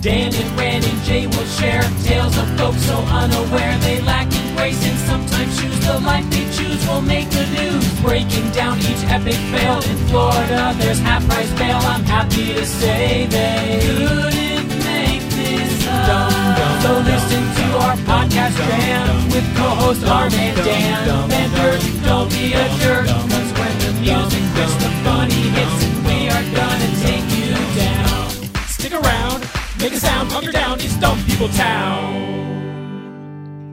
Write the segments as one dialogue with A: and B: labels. A: Dan and Rand and Jay will share tales of folks so unaware they lack in grace and sometimes choose the life they choose will make the news. Breaking down each epic fail in Florida, there's half price bail. I'm happy to say they couldn't make this up. So listen to our podcast jam with co-host Arm and Dan. Then urge, don't be a jerk, 'cause when the music hits, the funny hits, and we are gonna take you down. Stick around, make a sound, hunker down, it's Dumb People Town.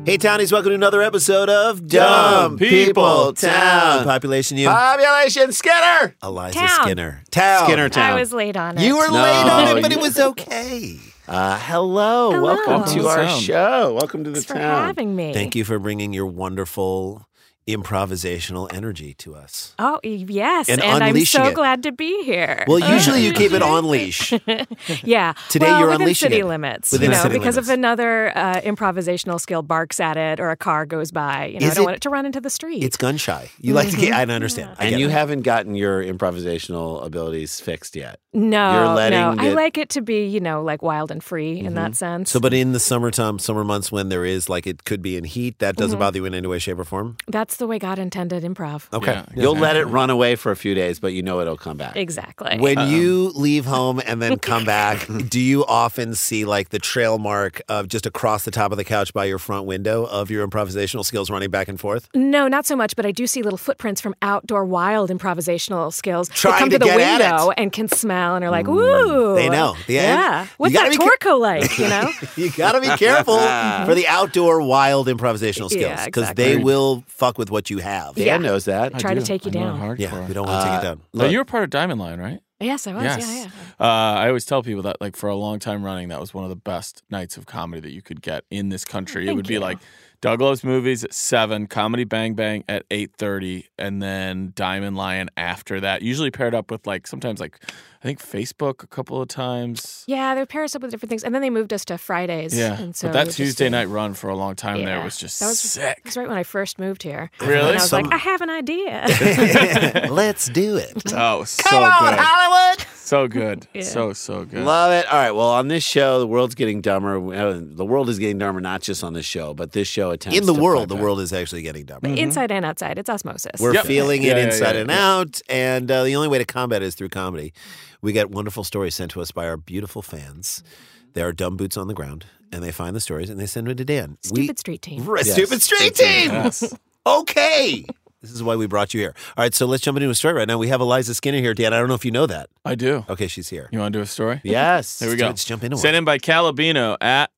B: Hey, townies, welcome to another episode of Dumb,
C: Dumb People Town.
B: Population you.
C: Population Skinner.
B: Eliza
D: Town.
B: Skinner. Town.
C: Skinner
D: I
C: Town.
D: was late on it.
B: You were
C: No,
B: late on it, but
C: you-
B: it was okay.
C: uh, hello.
D: Hello.
C: Welcome
D: Welcome
C: to
D: to
C: our
E: town.
C: show. Welcome to the
D: Thanks for
C: town.
D: having me.
B: Thank you for bringing your wonderful improvisational energy to us.
D: Oh y- yes,
B: And
D: and, I'm
B: unleashing
D: so
B: it.
D: glad to be here.
B: Well, usually you keep it on leash.
D: yeah.
B: today
D: well,
B: you're
D: within
B: unleashing
D: city
B: it.
D: limits,
B: Within
D: you know,
B: city
D: because
B: limits.
D: if another uh, improvisational skill barks at it or a car goes by, you know,
B: Is
D: I don't
B: it-
D: want it to run into the street.
B: It's gun shy. You like to get, I understand. I
C: And
B: get
C: you
B: it.
C: haven't gotten your improvisational abilities fixed yet.
D: no,
C: you're letting
D: no, I
C: it-
D: like it to be, you know, like wild and free in that sense.
B: Mm-hmm. So, but in the summertime, summer months when there is like it could be in heat, that doesn't bother you in any way, shape, or form.
D: That's the way God intended improv.
B: Okay.
E: Yeah.
C: You'll let it run away for a few days, but you know it'll come back.
D: Exactly.
B: When you leave home and then come back, do you often see like the trail mark of just across the top of the couch by your front window of your improvisational skills running back and forth?
D: No, not so much, but I do see little footprints from outdoor wild improvisational skills. that
B: Trying
D: come
B: to
D: to, the
B: get at it. Mm,
D: window and can smell and are like, ooh.
B: they know. The-
D: yeah.
B: you
D: What's
B: gotta
D: that
B: be car-
D: Torco like, you know?
B: You got to be careful for the outdoor wild improvisational skills because
D: Yeah,
B: they
D: exactly.
B: will fuck with what you have.
C: Dan knows that.
D: Try to take you down.
B: Yeah, we
E: Yeah.
B: don't want to take it
C: Uh,
B: down.
E: Now, you were part of Diamond Line, right?
D: Yes, I was.
E: yes.
D: Yeah, yeah.
E: Uh, I always tell people that, like, for a long time running, that was one of the best nights of comedy that you could get in this country. it
D: Thank
E: would be
D: you.
E: like Doug Loves Movies at seven, Comedy Bang Bang at eight thirty, and then Diamond Lion after that. Usually paired up with like sometimes like I think Facebook a couple of times.
D: Yeah, they pair us up with different things. And then they moved us to Fridays.
E: Yeah,
D: And so
E: but that
D: we just
E: Tuesday
D: did-
E: night run for a long time there
D: Yeah.
E: was just
D: That was-
E: sick.
D: It was right when I first moved here.
E: Really?
D: And I was
B: Some-
D: like, I have an idea.
B: Let's do it.
E: Oh, so
C: Come on,
E: good,
C: Hollywood.
E: so good,
D: Yeah.
E: so so good.
C: Love it. All right. Well, on this show, the world's getting dumber. Uh, The world is getting dumber, not just on this show, but this show attempts
B: In the
C: to
B: world,
C: fight
B: the
C: back.
B: world is actually getting dumb.
D: Inside and outside. It's osmosis.
B: We're
E: Yep.
B: feeling it
E: Yeah, yeah,
B: inside
E: yeah,
B: and
E: yeah.
B: out, and uh, the only way to combat it is through comedy. We get wonderful stories sent to us by our beautiful fans. They are dumb boots on the ground, and they find the stories and they send them to Dan.
D: Stupid street
B: we,
D: team.
B: Right, Stupid straight team.
E: Yes.
B: Okay, this is why we brought you here. All right, so let's jump into a story right now. We have Eliza Skinner here, Dan. I don't know if you know that.
E: I do.
B: Okay, she's here.
E: You want to do a story?
C: Yes.
E: Here we
B: Let's do-
E: go.
B: Let's jump into
E: Sent
B: one.
E: in by Calabino at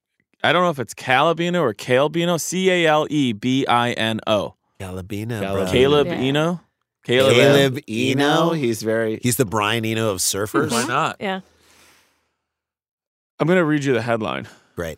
E: I don't know if it's Calabino or Calebino. C A L E B I N O.
B: Calabina,
C: Calab-
B: bro.
E: Caleb
D: Yeah.
E: Eno. Caleb.
B: Caleb
C: Caleb
B: Eno.
C: Eno. He's very.
B: He's the Brian Eno of surfers.
E: Why not?
D: Yeah.
E: I'm gonna read you the headline.
B: Great.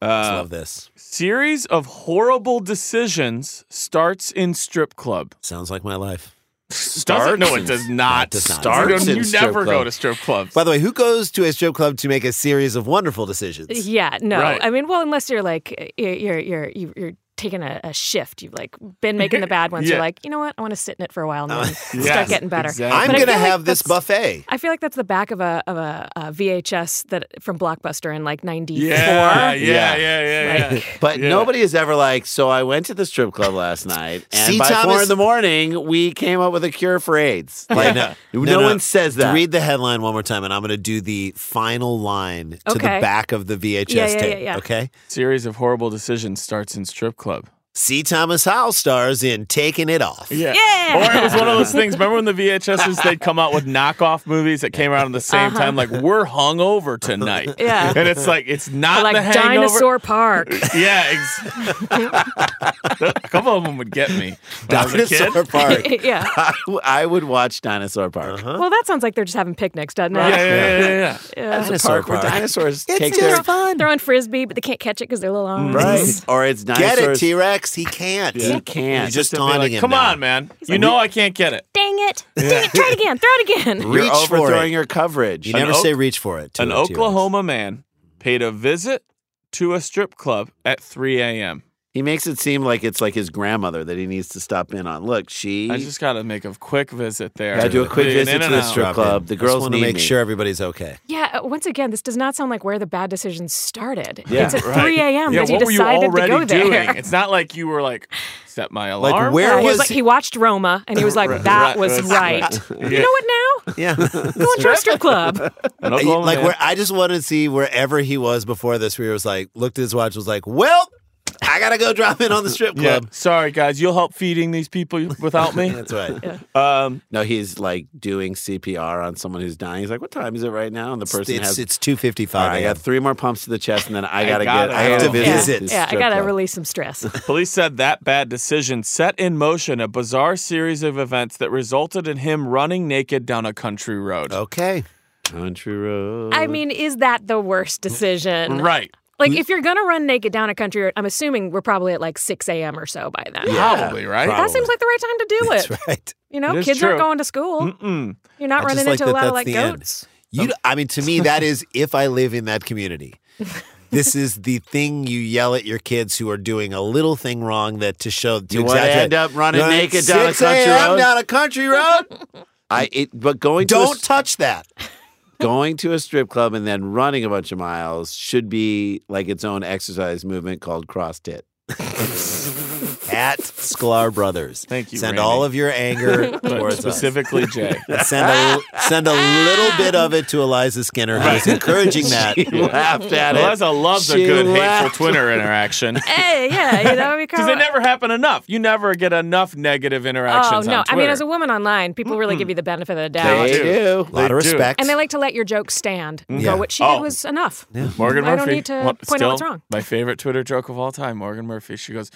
B: Just
E: Uh,
B: love this.
E: series of horrible decisions starts in strip club.
B: Sounds like my life.
E: Starts? No, it does not.
B: does not.
E: Start.
C: Starts in
E: you
C: strip
E: never go
C: club.
E: to strip clubs.
B: By the way, who goes to a strip club to make a series of wonderful decisions?
D: Yeah, no.
E: Right.
D: I mean, well, unless you're like, you're, you're, you're, you- you're taking a, a shift. You've like been making the bad ones.
E: Yeah.
D: You're like, you know what? I want to sit in it for a while and then
E: yes,
D: start getting better.
E: exactly.
B: I'm
D: But I
B: going to
D: feel like
B: have this
D: that's-
B: buffet.
D: I feel like that's the back of a of a, a VHS that from Blockbuster in like '94.
E: Yeah, yeah, yeah, yeah, yeah.
D: Like,
C: But
E: Yeah.
C: nobody is ever like, so I went to the strip club last night, and
B: See,
C: by
B: Thomas-
C: four in the morning, we came up with a cure for AIDS. Like,
B: Yeah.
C: no, one says that.
B: Read the headline one more time, and I'm going to do the final line to the
D: Okay.
B: back of the VHS
D: Yeah, yeah,
B: tape.
D: yeah, yeah.
B: Okay.
E: Series of horrible decisions starts in strip club.
B: See Thomas Howell stars in Taking It Off.
E: Yeah.
D: Yeah.
E: Or it was one of those things. Remember when the VHSs they'd come out with knockoff movies that came out at the same time? Like we're hungover tonight.
D: Uh-huh. Yeah.
E: And it's like it's not
D: like
E: the hangover.
D: Dinosaur Park.
E: Yeah. Ex- a couple of them would get me. When I was a kid.
B: Dinosaur Park.
D: yeah.
C: I, w- I would watch Dinosaur Park.
D: Well, that sounds like they're just having picnics, doesn't it?
E: Yeah, yeah, yeah, yeah, yeah.
D: Yeah.
B: Dinosaur
C: Where
B: Park.
C: dinosaurs take
B: just
C: their
B: fun.
D: Throwing frisbee, but they can't catch it because they're little "Oh, arms.
C: right, or it's
B: Get
C: dinosaurs.
B: it, T Rex. He can't.
C: He
B: He's
C: can't.
B: just
E: They'd be
B: taunting
E: like,
B: him.
E: Come
B: now.
E: on, man. You know I can't get it.
D: Dang it! Dang it! Try it again. Throw it again.
C: You're
B: Reach for
C: overthrowing
B: it.
C: your coverage.
B: You never
E: Oak-
B: say reach for it. to
E: An
B: a T-Rex.
E: Oklahoma man paid a visit to a strip club at 3 a.m.
C: He makes it seem like it's like his grandmother that he needs to stop in on. Look, she.
E: I just got to make a quick visit there.
C: Gotta do a quick
E: An
C: visit
E: in
C: to
E: and
C: the
E: out.
C: strip
B: Drop in.
C: club. The
B: Just
C: girls
B: want to
C: need
B: make
C: me.
B: sure everybody's okay.
D: Yeah. uh, once again, this does not sound like where the bad decisions started.
C: Yeah,
D: it's at
E: right.
D: 3 a.m.
E: Yeah,
D: that you
E: what were you
D: decided to
E: already
D: go there.
E: doing? It's not like you were like set my alarm.
B: where
D: Yeah, he
B: was-
D: was like he watched Roma and he was like,
E: right,
D: that was
E: right.
D: right. You know what now?
B: Yeah.
D: Going to a strip club.
E: An
B: I-
E: Oklahoma
B: like
E: man.
B: where I just wanted to see wherever he was before this, where he was like, looked at his watch, was like, well, I gotta go drop in on the strip
E: Yeah.
B: club.
E: Sorry guys, you'll help feeding these people without me.
B: That's right.
E: um,
C: No, he's like doing CPR on someone who's dying. He's like, "What time is it right now?" And the person
B: it's
C: has,
B: it's two fifty
C: All
B: five.
C: right, "I got three more pumps to the chest, and then I gotta
E: gotta
C: get. I
E: go.
C: have to
E: Yeah.
C: visit. this
D: yeah, I
C: strip
D: gotta
C: club."
D: release some stress.
E: police said that bad decision set in motion a bizarre series of events that resulted in him running naked down a country road.
B: Okay.
C: Country road.
D: I mean, is that the worst decision?
E: Mm. Right.
D: Like, if you're gonna run naked down a country road, I'm assuming we're probably at like 6 a.m. or so by then.
E: Probably, right?
D: That seems like the right time to do it.
B: That's right.
D: You
E: It
D: know,
E: is
D: kids
E: true.
D: aren't going to school. You're not
B: I just
D: running
B: like
D: into
B: that
D: a lot
B: that's
D: of like
B: the end.
D: goats.
B: You, I mean, to me, that is if I live in that community. this is the thing you yell at your kids who are doing a little thing wrong that to show to
C: You wanna
B: exaggerate.
C: end up running
B: You're like,
C: naked down a
B: 6
C: country
B: a.m.
C: road?"
B: down a country road.
C: I it, but going to a,
B: Don't
C: s-
B: touch that.
C: going to a strip club and then running a bunch of miles should be like its own exercise movement called CrossFit.
B: At Sklar Brothers.
E: Thank you,
B: Send
E: Randy.
B: all of your anger
E: But
B: towards us.
E: specifically Jay.
B: And Send a, send a little bit of it to Eliza Skinner, who's encouraging that.
C: Laughed at it.
E: Eliza loves
C: She
E: a good
C: laughed.
E: hateful Twitter interaction.
D: Hey, yeah, you know, we
E: Because
D: kinda-
E: they never happen enough. You never get enough negative
D: Oh
E: interactions
D: no!
E: on
D: I
E: Twitter.
D: mean, as a woman online, people really give you the benefit of the doubt.
C: They
E: do.
C: do.
B: A lot
E: They
B: of
E: do.
B: respect.
D: And they like to let your joke stand. and
B: Yeah.
D: Go, what she
E: Oh.
D: did was enough.
E: Morgan
D: I
E: Murphy.
D: don't need to
E: Mo-
D: point out
E: still
D: what's wrong.
E: My favorite Twitter joke of all time, Morgan Murphy. She goes,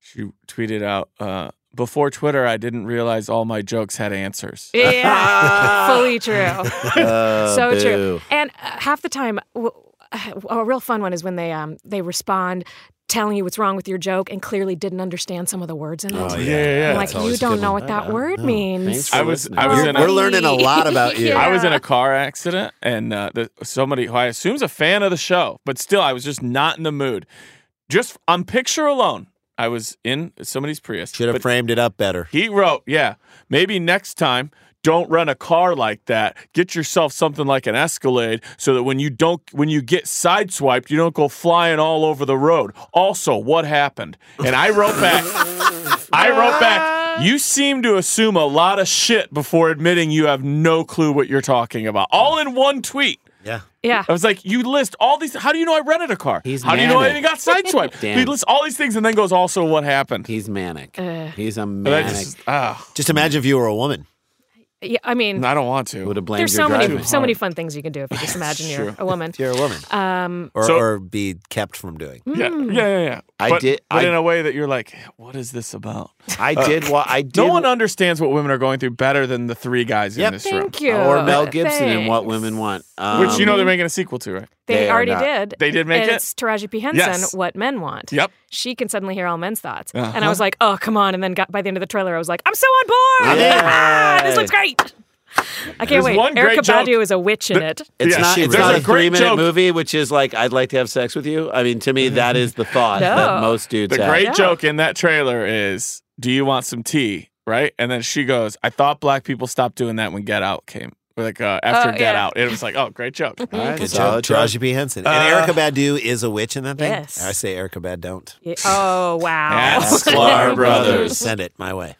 E: she tweeted out, uh, before Twitter, I didn't realize all my jokes had answers.
D: Yeah, fully true.
C: Oh,
D: so
C: boo.
D: true. And uh, half the time, w- uh, a real fun one is when they um they respond telling you what's wrong with your joke and clearly didn't understand some of the words in it.
B: Oh,
E: Yeah, yeah, yeah.
D: I'm
B: That's
D: like,
B: always
D: you
B: a good
D: don't know
B: one.
D: what that word means.
C: Thanks for
E: I was-
C: listening.
E: I was
D: Oh,
E: in a-
B: We're learning a lot about you.
E: I was in
D: Yeah.
E: a car accident, and uh, the, somebody who I assume is a fan of the show, but still, I was just not in the mood. Just on picture alone, I was in somebody's Prius.
B: Should have
E: but
B: framed it up better.
E: He wrote, yeah, maybe next time, don't run a car like that. Get yourself something like an Escalade so that when you don't when you get sideswiped, you don't go flying all over the road. Also, what happened? And I wrote back I wrote back, you seem to assume a lot of shit before admitting you have no clue what you're talking about. All in one tweet.
B: Yeah.
D: Yeah.
E: I was like, you list all these. How do you know I rented a car?
C: He's
E: how do you know I
C: manic.
E: got sideswiped?
C: Damn.
E: he lists all these things and then goes, also, what happened?
C: He's manic.
D: Uh,
C: He's a
E: And I
C: manic.
E: just, ah,
B: Just imagine if you were a woman.
D: Yeah, I mean,
E: I don't want to.
C: Would have blamed
D: there's
C: your
D: so many
C: driving.
D: so many fun things you can do if you just imagine you're a woman.
B: If you're a woman.
D: Uh,
B: Um, or,
E: So-
B: or be kept from doing.
E: Yeah,
D: Hmm.
E: yeah, yeah. yeah.
C: I
E: but,
C: did-
E: but
C: I-
E: in a way that you're like, what is this about?
C: I did. Wa- I did.
E: Uh, No one understands what women are going through better than the three guys
B: Yep.
E: in this room.
D: Thank you.
C: or Mel Gibson and What
D: Thanks.
C: Women Want,
E: Which you
C: Um,
E: know they're making a sequel to, right?
D: They,
C: They are
D: already
C: not-
D: did.
E: They did make
D: and
E: it?
D: It's Taraji P. Henson,
E: Yes.
D: What Men Want.
E: Yep. Uh-huh.
D: She can suddenly hear all men's thoughts. And I was like, oh, come on. And then got, by the end of the trailer, I was like, I'm so on board.
C: I'm in.
D: Ah, this looks great. I can't
E: There's
D: wait.
E: one great
D: Erica
E: joke.
D: Badu is a witch in it.
C: It's
E: Yeah,
C: not.
E: she
C: It's
E: wrote
C: not
E: it.
C: a
E: There's a great
C: three-minute
E: joke.
C: movie, which is like I'd like to have sex with you. I mean, to me, that is the thought
D: No.
C: that most dudes
E: Mm-hmm. The
C: have.
E: great
D: Yeah.
E: joke in that trailer is, "Do you want some tea?" Right, and then she goes, "I thought black people stopped doing that when Get Out came." Or Like uh, after
D: Oh,
E: Get
D: yeah.
E: Out, it was like, "Oh, great joke."
C: All right,
B: Good job.
C: solid
B: Taraji P. Henson. and
E: Uh,
B: Erica Badu is a witch in that thing?
D: Yes.
B: I say Erica Bad don't.
D: Yeah. Oh, wow.
E: Yes.
C: Sklar Brothers.
B: Send it my way.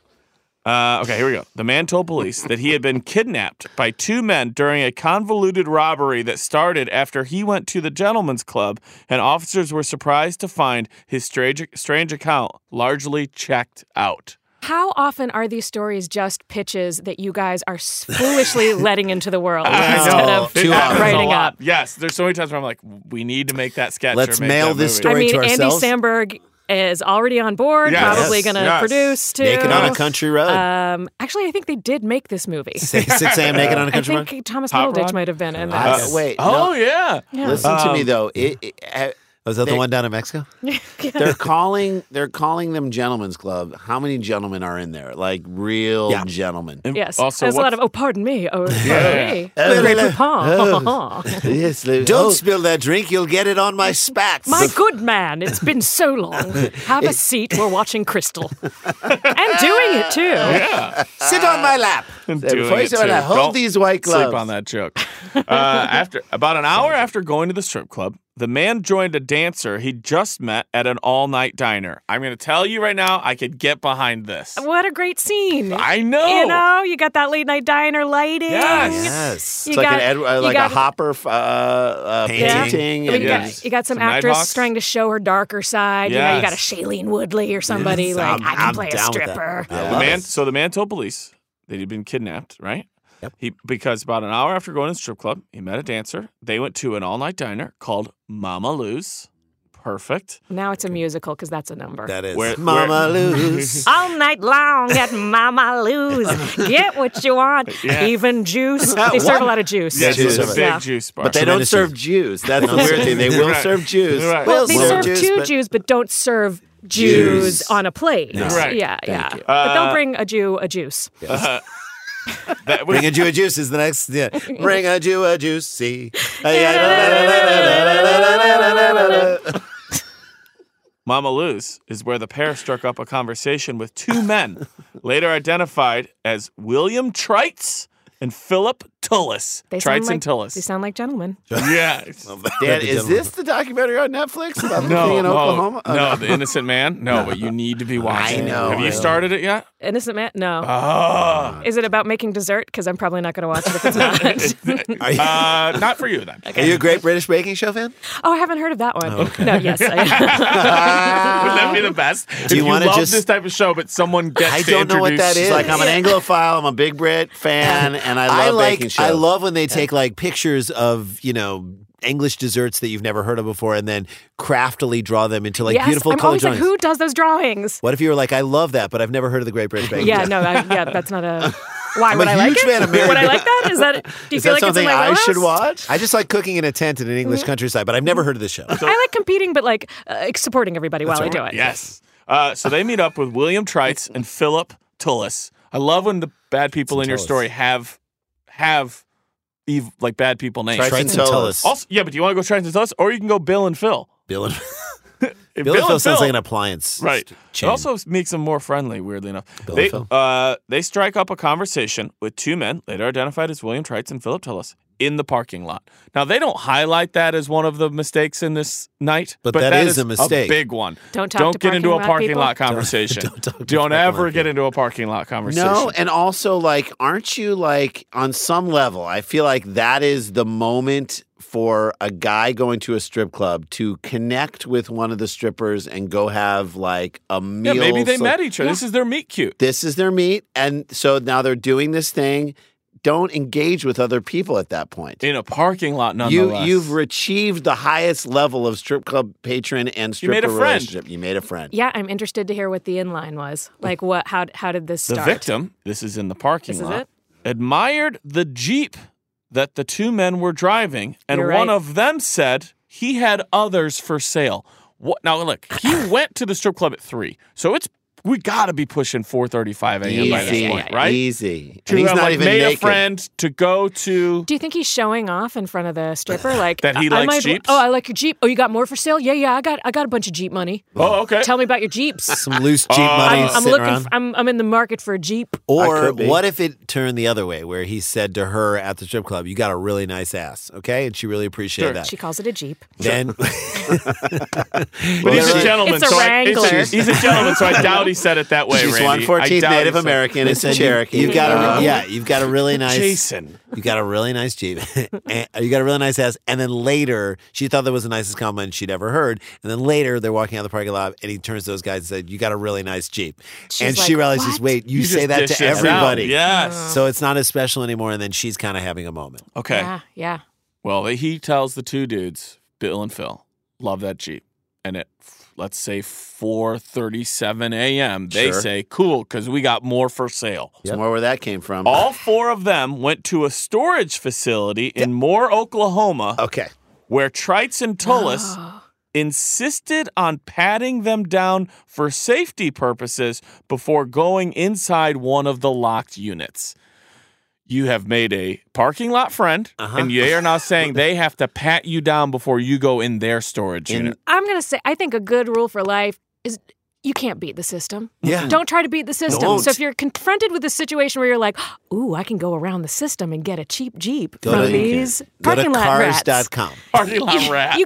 E: Uh, okay, here we go. The man told police that he had been kidnapped by two men during a convoluted robbery that started after he went to the gentleman's club, and officers were surprised to find his strange, strange account largely checked out.
D: How often are these stories just pitches that you guys are s- foolishly letting into the world instead
B: know.
D: of
B: Two hours.
D: writing
E: A lot.
D: up?
E: Yes, there's so many times where I'm like, we need to make that sketch. or
B: Let's
E: make
B: mail
E: that
B: this Story
D: I
E: movie.
D: mean,
B: to
D: Andy
B: ourselves?
D: Samberg is already on board,
E: Yes.
D: probably
E: Yes.
D: going to
E: Yes.
D: produce too.
B: Naked on a country road.
D: Um, actually, I think they did make this movie.
B: Say 6 a.m. naked on a
D: I
B: country road.
D: think Thomas
E: Hot
D: Middleditch
E: Rod?
D: might have been in
C: Uh,
D: that.
B: Yes.
C: Wait. no,
E: Oh yeah. Um,
C: Listen to me though. It, it, uh,
B: Was that the one down in Mexico?
C: they're calling. They're calling them gentlemen's club. How many gentlemen are in there? Like real
B: Yeah.
C: gentlemen.
D: Yes.
E: Also,
D: There's a
E: what's-
D: lot of, oh, pardon me. Oh, pardon
E: Yeah.
D: me.
C: Oh,
D: Great
B: la-
D: Poupon.
C: yes. Don't
B: Don't Oh, spill that drink. You'll get it on my spats.
D: My good man, it's been so long. Have a seat. We're watching Crystal. and doing it, too.
B: Sit on my lap.
E: doing
C: Before you
E: it
C: say that,
E: too.
C: I hold
E: Don't
C: these white gloves.
E: sleep on that joke. Uh, after about an hour after going to the strip club, the man joined a dancer he just met at an all-night diner. I'm going to tell you right now, I could get behind this.
D: What a great scene.
E: I know.
D: You know, you got that late night diner lighting.
E: Yes.
B: Yes.
D: You
C: It's like
D: got-
C: an Ed, uh,
D: you
C: like
D: got-
C: a Hopper uh, uh,
B: Painting. Yeah.
C: painting.
D: I mean,
C: and
D: you,
E: Yeah.
C: just-
D: got, you got some,
E: Some
D: actress
E: Nighthawks?
D: trying to show her darker side. You know, you got a
E: Yes.
D: Shailene Woodley or somebody
B: Yes,
D: like
B: I'm-
D: i can
B: I'm
D: play a
B: down with that.
D: stripper.
B: I
E: The
B: love
E: man,
B: it.
E: so the man told police that he'd been kidnapped, right? Yep. He because about an hour after going to the strip club, he met a dancer. They went to an all-night diner called Mama Lou's. Perfect.
D: Now it's a musical because that's a number.
B: That is
E: Where- where-
B: Mama Lou's.
D: All night long at Mama Lou's, get what you want,
E: Yeah.
D: even juice. They serve a lot of juice.
E: Yeah,
B: juice.
E: it's a big
D: Yeah.
E: juice bar.
C: but they don't
B: Tremendous
C: serve Jews. That's the
B: Right.
C: weird thing. They will
E: Right.
C: serve Jews.
E: Right.
D: Well, they
B: Well,
D: serve
B: Jews,
D: two
B: but-
D: Jews, but don't serve Jews,
B: Jews.
D: on a plate.
E: Right. Uh,
D: Yeah, yeah. but don't bring a Jew a juice.
E: that was,
B: Bring a Jew a juice is the next. Yeah. Bring a Jew a juicy.
E: Mama Lou's is where the pair struck up a conversation with two men, later identified as William Trites and Philip Tullis.
D: They sound
E: Trites
D: like,
E: and Tullis.
D: They sound like gentlemen.
E: yeah.
C: Dan, is this the documentary on Netflix about the
E: No,
C: thing in
E: no,
C: Oklahoma? Oh,
E: no, the innocent man. No, but you need to be watching. it.
B: know,
E: Have you
B: I
E: started it yet?
D: Innocent man? No.
B: Ah.
E: Oh.
D: Is it about making dessert? Because I'm probably not going to watch it if it's not.
B: Are you,
E: Uh, not for you then.
B: are you a great British baking show fan?
D: oh, I haven't heard of that one. No, yes. I,
E: Would that be the best? if
B: you
E: you,
B: wanna
E: love
B: just-
E: this type of show, but someone gets
B: I
E: to
B: don't know what
E: introduce-
B: that is.
C: It's like I'm an Anglophile. I'm a big Brit fan, and I love
B: I
C: baking
B: like.
C: shows.
B: I love when they take like pictures of you know English desserts that you've never heard of before, and then craftily draw them into like
D: yes,
B: beautiful
D: I'm
B: color
D: always
B: drawings.
D: like, who does those drawings?
B: what if you were like, I love that, but I've never heard of the Great British Baking?
D: Yeah,
B: Show?
D: no, I, yeah, that's not a. Why
B: I'm
D: would
B: a
D: I like
B: huge
D: it?
B: fan of Mary
D: Would I
B: Beth.
D: like that? Is that? Do you
C: Is
D: feel
C: that
D: like
C: something
D: it's in my
C: I
D: wheelhouse?
C: should watch?
B: I just like cooking in a tent in an English
D: Mm-hmm.
B: countryside, but I've never heard of this show.
D: I like competing, but like uh, supporting everybody while I do it.
E: Yes. Uh, so they meet up with William Trites and Philip Tullis. I love when the bad people in your
B: Tullis.
E: story have have ev- like bad people names.
C: Trites
B: Triton
C: and Tullus.
B: Tullus.
E: Also, yeah, but do you want to go Trites and Tullis, or you can go Bill and Phil?
B: Bill and
E: If
B: Bill, and Phil sounds like an appliance.
E: right.
B: chain.
E: It also makes them more friendly. Weirdly enough,
B: Bill and
E: they
B: Phil.
E: uh, they strike up a conversation with two men later identified as William Trites and Philip Tullis in the parking lot. Now they don't highlight that as one of the mistakes in this night,
B: But that is a mistake.
E: big one.
D: Don't talk
E: Don't
D: to
E: get into
D: parking lot
E: a parking
D: people.
E: lot conversation. Don't,
B: don't talk to parking
E: ever
B: lot
E: get into a parking lot conversation.
C: No, and also like, aren't you like on some level? I feel like that is the moment for a guy going to a strip club to connect with one of the strippers and go have like a
E: yeah,
C: meal.
E: maybe they
C: So
E: met each other. This is their meet cute.
C: This is their meet, and so now they're doing this thing. Don't engage with other people at that point.
E: In a parking lot,
C: You
E: nonetheless.
C: you've achieved the highest level of strip club patron and
E: You
C: stripper
E: made a friend.
C: relationship. You made a friend.
D: Yeah, I'm interested to hear what the inline was. Like, what? How? How did this
E: the
D: start?
E: victim, this is in the parking
D: This is
E: lot,
D: it?
E: admired the Jeep that the two men were driving, and
D: You're
E: one
D: right.
E: of them said he had others for sale. What now look, he went to the strip club at three. So it's we gotta be pushing four thirty five AM by
C: Easy,
E: this point, right?
C: Easy.
E: To
C: And he's
E: have,
C: not
E: like,
C: even
E: made
C: naked.
E: a friend to go to
D: Do you think he's showing off in front of the stripper? Like
E: That he
D: I- I
E: likes
D: might-
E: Jeeps?
D: Oh, I like your Jeep. Oh, you got more for sale? Yeah, yeah. I got. I got a bunch of Jeep money.
E: Oh, okay.
D: Tell me about your Jeeps.
B: Some loose Jeep
E: Uh,
B: money
D: I'm, I'm
B: sitting
D: looking.
B: around.
D: For, I'm. I'm in the market for a Jeep.
B: Or
C: could be.
B: what if it turned the other way, where he said to her at the strip club, "You got a really nice ass," okay, and she really appreciated
E: Sure.
B: that.
D: She calls it a Jeep.
B: then
E: But he's a
C: It's
E: gentleman.
D: a
E: so I,
D: Wrangler.
E: it's- he's a gentleman, so I doubt he said it that way.
C: She's
E: Randy.
C: one
E: I
C: fourteenth
E: doubt he
C: Native
E: said-
C: American. It's a Cherokee.
B: you've got a
C: Uh,
B: re- yeah, you've got a really nice
E: Jason.
B: You got a really nice Jeep. and you got a really nice ass. And then later, she thought that was the nicest compliment she'd ever heard. And then later, they're walking out of the parking lot, and he turns to those guys and said, "You got a really nice Jeep."
D: She's
B: and she
D: like,
B: realizes,
D: "What?"
B: wait, you,
E: You
B: say
E: just
B: that
E: dish
B: to
E: it out.
B: everybody.
E: Yes.
B: So it's not as special anymore. And then she's kind of having a moment.
E: Okay.
D: Oh, Yeah. Yeah.
E: Well, he tells the two dudes, Bill and Phil, love that Jeep. And at, let's say, 4.37 a.m., they
C: Sure.
E: say, cool, because we got more for sale.
C: It's more where that came from.
E: All four of them went to a storage facility in Moore, Oklahoma,
B: Okay.
E: where Trites and
D: Ah. Oh.
E: Tullis insisted on patting them down for safety purposes before going inside one of the locked units. You have made a parking lot friend, and they are now saying they have to pat you down before you go in their storage unit.
D: I'm gonna say I think a good rule for life is you can't beat the system.
B: Yeah.
D: Don't try to beat the system.
B: Don't.
D: So if you're confronted with a situation where you're like, ooh, I can go around the system and get a cheap Jeep
B: Go
D: from
B: to-
D: these
B: Go
D: parking
B: to
D: lot rats.
B: cars.com.
E: Party lot rats.
D: You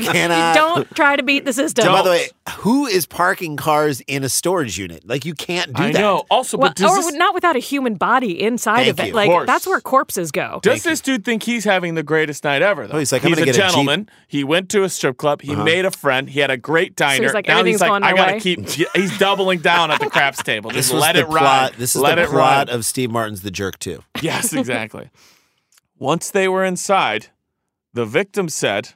B: You cannot.
D: Don't try to beat the system.
B: By the way, who is parking cars in a storage unit? Like you can't do
E: I
B: that.
E: know. Also,
D: Well,
E: but does
D: or
E: this,
D: not without a human body inside
B: Thank
D: of it.
B: you.
D: Like
E: Of course.
D: that's where corpses go.
E: does this dude think he's having the greatest night ever? Though
B: Oh, he's like, I'm
E: he's
B: gonna get
E: a
B: a Jeep. Uh-huh.
E: gentleman. he went to a strip club. He made a friend. He had a great diner.
D: like,
E: now
D: everything's
E: he's like,
D: going
E: I
D: my
E: gotta
D: way.
E: keep. He's doubling down at the craps table. Just
B: This was
E: let
B: the
E: it
B: plot.
E: ride.
B: This is
E: let
B: the
E: it
B: plot
E: ride.
B: of Steve Martin's The Jerk 2.
E: Yes, exactly. Once they were inside, the victim said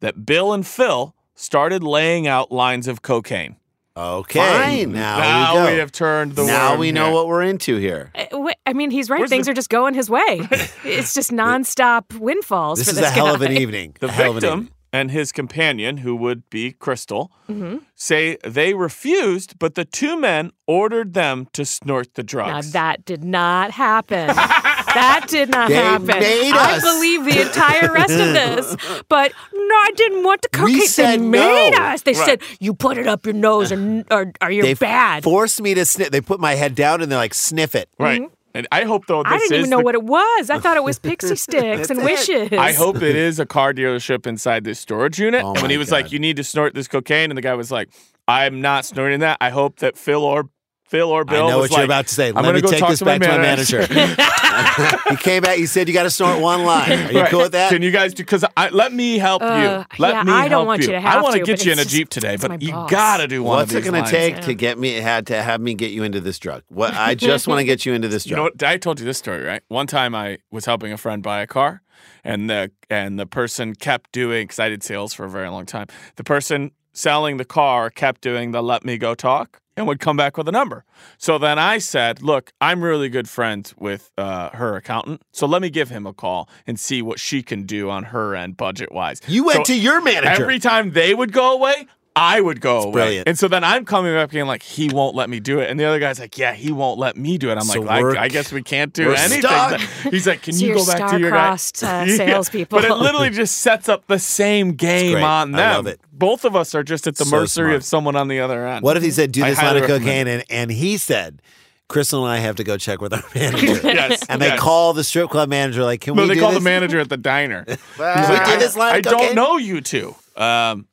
E: that Bill and Phil started laying out lines of cocaine.
B: Okay.
C: Fine.
B: Now,
E: now
B: we, go.
E: we have turned the
C: now
E: worm
C: we know
E: here.
C: what we're into here.
D: Uh, wh- I mean, he's right.
E: Where's
D: Things
E: the-
D: are just going his way. it's just nonstop windfalls
B: this
D: for
B: is
D: this
B: a hell of
D: guy.
B: an evening.
E: the
B: A hell of an
E: victim
B: evening.
E: and his companion, who would be Crystal,
D: Mm-hmm.
E: say they refused, but the two men ordered them to snort the
D: Now
E: drugs.
D: that did not happen. that did not
B: They
D: happen.
B: made
D: I
B: us.
D: believe the entire rest of this. But no, I didn't want the cocaine.
B: said
D: they made
B: no.
D: us. They said you put it up your nose or or, or you're
B: They
D: bad.
B: forced me to sniff. They put my head down and they're like, sniff it.
E: right. And I hope though this
D: Mm-hmm. I didn't
E: is
D: even know
E: the-
D: what it was. I thought it was pixie sticks and wishes.
E: I hope it is a car dealership inside this storage unit.
B: Oh
E: when
B: my
E: he was like,
B: God.
E: "You need to snort this cocaine," and the guy was like, "I'm not snorting that." I hope that Phil or Phil or Bill.
B: I know
E: was
B: what you're
E: like,
B: about to say.
E: I'm
B: Let
E: gonna
B: me
E: go
B: take
E: talk
B: this
E: to
B: back to my manager. you came back. You said you got to snort one line. Are you
E: Right.
B: cool with that?
E: Can you guys do? Because I let me help
D: Uh,
E: you. Let
D: yeah,
E: me
D: I don't
E: help
D: want you to have
E: I wanna
D: to,
E: get
D: but
E: you in
D: it's
E: a
D: just-
E: jeep today,
D: it's my
E: but you
D: boss.
E: gotta do one
C: What's
E: of
C: it
E: these
C: going to
E: lines.
C: take to get me had to have me get you into this drug? What I just want to get you into this
E: You know
C: drug.
E: what? I told you this story, right? One time I was helping a friend buy a car, and the and the person kept doing because I did sales for a very long time. The person selling the car kept doing the "let me go talk" and would come back with a number. So then I said, "Look, I'm really good friends with uh, her accountant, so let me give him a call and see what she can do on her end, budget wise."
B: You went to your manager.
E: Every time they would go away, I would go away.
B: brilliant.
E: And so then I'm coming up being like, he won't let me do it. And the other guy's like, yeah, he won't let me do it. I'm
B: So
E: like,
B: we're-
E: I, I guess we can't do
B: we're
E: anything.
B: stuck.
E: He's like, can
D: So
E: you
D: you're
E: go back to your guy?
D: star-crossed, uh, salespeople.
E: But it literally just sets up the same game
B: great.
E: on
B: I
E: them.
B: love it.
E: Both of us are just at the
B: So
E: mercy
B: smart.
E: of someone on the other end.
B: What if he said, do
E: I
B: this line
E: highly
B: of
E: recommend
B: cocaine? And, and he said, Crystal and I have to go check with our manager.
E: Yes,
B: And they
E: yes.
B: call the strip club manager, like, can
E: No,
B: we
E: they
B: do
E: call
B: this?
E: the manager at the diner.
B: Can we do this line
E: I
B: of cocaine?
E: don't know you two. Um,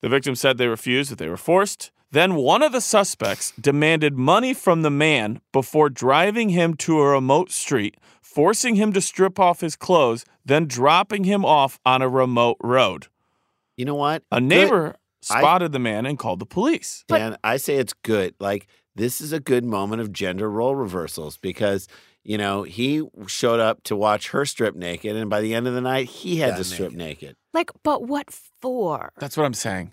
E: the victim said they refused, that they were forced. Then one of the suspects demanded money from the man before driving him to a remote street, forcing him to strip off his clothes, then dropping him off on a remote road.
C: You know what?
E: A
C: Good.
E: neighbor
C: I-
E: spotted the man and called the police.
C: and I say it's good. Like this is a good moment of gender role reversals because you know he showed up to watch her strip naked, and by the end of the night he had
B: Got
C: to strip naked.
D: like, but what for?
E: That's what I'm saying.